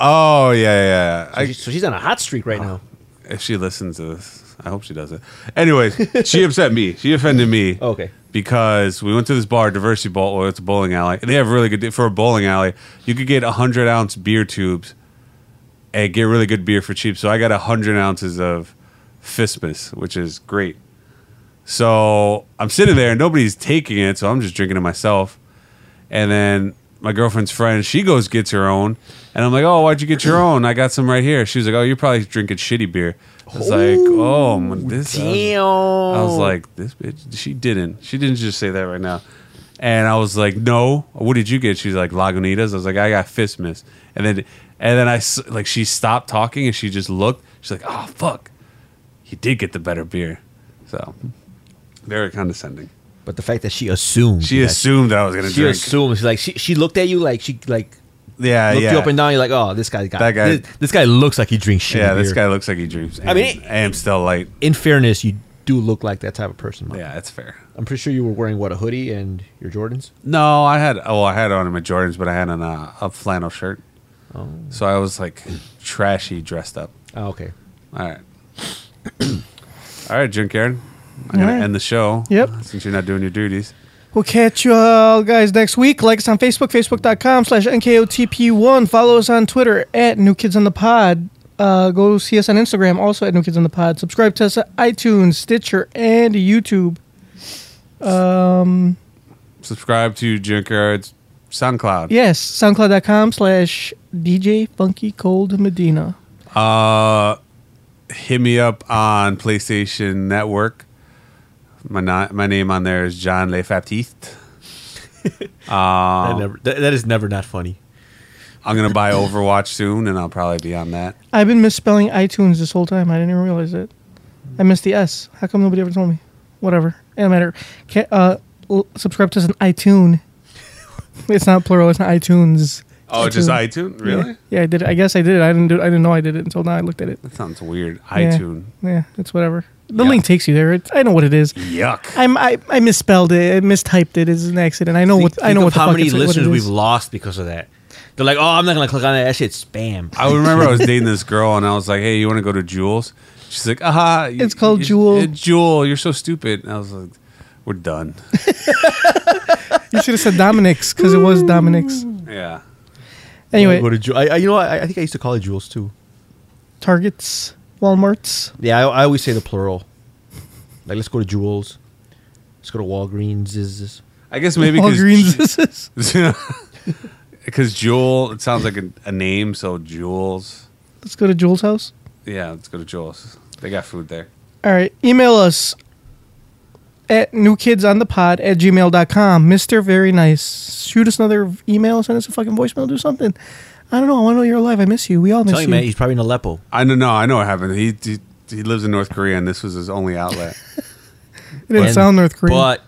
B: Oh yeah, yeah. yeah.
C: So, she- so she's on a hot streak right now.
B: If she listens to this, I hope she doesn't. Anyways, she upset me. She offended me.
C: Oh, Okay.
B: Because we went to this bar, Diversity Bowl, or it's a bowling alley. They have really good for a bowling alley. You could get hundred ounce beer tubes and get really good beer for cheap. So I got hundred ounces of Fismus, which is great. So I'm sitting there and nobody's taking it, so I'm just drinking it myself. And then my girlfriend's friend, she goes gets her own, and I'm like, "Oh, why'd you get your own? I got some right here." She was like, "Oh, you're probably drinking shitty beer." I was like, "Oh, man, this." I was- I was
C: damn.
B: like, "This bitch, she didn't. She didn't just say that right now." And I was like, "No, what did you get?" She was like, "Lagunitas." I was like, "I got Fistmas." And then, and then I s- like she stopped talking and she just looked. She's like, "Oh fuck, he did get the better beer." So very condescending.
C: But the fact that she assumed
B: She
C: that-
B: assumed I was gonna
C: She
B: drink.
C: assumed. She's like she, she looked at you like she like
B: Yeah,
C: looked
B: yeah.
C: you up and down. You're like, oh, this guy got
B: That guy-
C: This, this guy looks like he drinks shit.
B: yeah, this guy looks like he dreams.
C: I mean,
B: I am still light.
C: In fairness, you do look like that type of person. Mike.
B: Yeah, that's fair.
C: I'm pretty sure you were wearing what a hoodie and your Jordans.
B: No, I had oh, I had on my Jordans, but I had on a, a flannel shirt. So I was like trashy dressed up.
C: Oh, okay.
B: All right, all right, Jim Karen. I'm gonna
A: All right.
B: end the show.
A: Yep.
B: Since you're not doing your duties.
A: We'll catch you all guys next week. Like us on Facebook, facebook.com slash NKOTP1. Follow us on Twitter at New Kids on the Pod. Uh, go see us on Instagram, also at New Kids on the Pod. Subscribe to us at iTunes, Stitcher, and YouTube. Um,
B: Subscribe to Jim Karen's SoundCloud.
A: yes, soundcloud.com slash DJ Funky Cold Medina.
B: Uh, hit me up on PlayStation Network. My ni- my name on there is John Lefatiste.
C: that
B: um,
C: never that, that is never not funny.
B: I'm gonna buy Overwatch soon, and I'll probably be on that.
A: I've been misspelling iTunes this whole time. I didn't even realize it. I missed the S. How come nobody ever told me? Whatever. It don't matter. Ca- uh, l- subscribe to us on iTunes. it's not plural. It's not iTunes.
B: Oh, it's just iTunes? Really?
A: Yeah. Yeah, I did. It. I guess I did it. I didn't do. I didn't know I did it until now. I looked at it.
B: That sounds weird.
A: Yeah.
B: iTunes.
A: Yeah, it's whatever. The link takes you there. It, I know what it is.
B: Yuck.
A: I'm, I I misspelled it. I mistyped it. It's an accident. I know
C: Think-
A: what I know
C: think
A: what
C: of
A: the
C: how
A: fuck
C: many
A: it's, what it
C: listeners
A: is.
C: we've lost because of that. They're like, oh, I'm not gonna click on that. That shit's spam.
A: Uh,
B: I remember I was dating this girl and I was like, "Hey, you want to go to Jules?" She's like, "Aha, it's
A: called Jewel."
B: Jewel, you're so stupid." And I was like, "We're done."
A: You should have said Dominic's because it was Dominic's.
B: Yeah.
A: Anyway,
C: go to Ju- I, I, you know, I, I think I used to call it Jules too.
A: Targets, WalMarts.
C: Yeah, I, I always say the plural. Like, let's go to Jules. Let's go to Walgreens. Is
B: I guess maybe
A: because
B: because Jewel it sounds like a, a name, so Jules.
A: Let's go to Jules' house.
B: Yeah, let's go to Jules. They got food there.
A: All right. Email us at newkidsonthepod at gmail.com. Mr. Very Nice. Shoot us another email. Send us a fucking voicemail. Do something. I don't know. I want to know you're alive. I miss you. We all miss you.
C: probably in Aleppo.
B: I don't know. I know what happened. He he, he lives in North Korea, and this was his only outlet.
A: It didn't sound North Korean.
C: But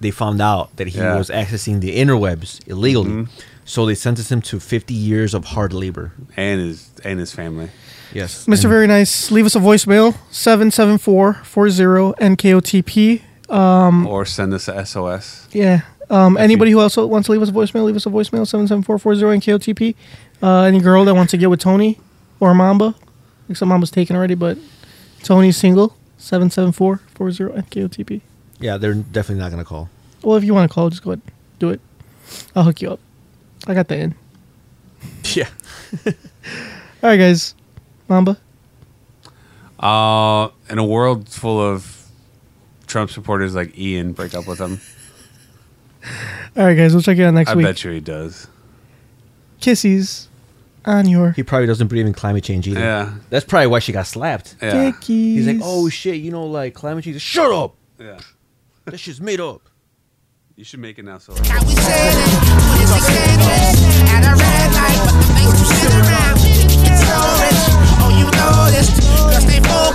C: they found out that he
B: Yeah.
C: was accessing the interwebs illegally, so they sentenced him to 50 years of hard labor.
B: and his and his family.
C: Yes,
A: Mr. Very Nice, leave us a voicemail 774 40 NKOTP. Um,
B: or send us a SOS.
A: Yeah. Um, anybody who also wants to leave us a voicemail, leave us a voicemail 77440 KOTP. Uh, any girl that wants to get with Tony or Mamba, except Mamba's taken already, but Tony's single 77440 KOTP.
C: Yeah, they're definitely not gonna call.
A: Well, if you want to call, just go ahead, do it. I'll hook you up. I got the in.
C: Yeah.
A: All right, guys. Mamba.
B: Uh, in a world full of Trump supporters like Ian, break up with him.
A: All right, guys. We'll check you out next
B: I
A: week.
B: bet you he does.
A: Kisses on your
C: He probably doesn't believe in climate change either.
B: Yeah.
C: that's probably why she got slapped.
B: Yeah.
C: He's like,
A: Dickies.
C: oh shit, you know, like climate change. Shut up.
B: Yeah.
C: That shit's made up.
B: You should make it now. So
Q: It's so rich. Oh, you know this. Girls, they full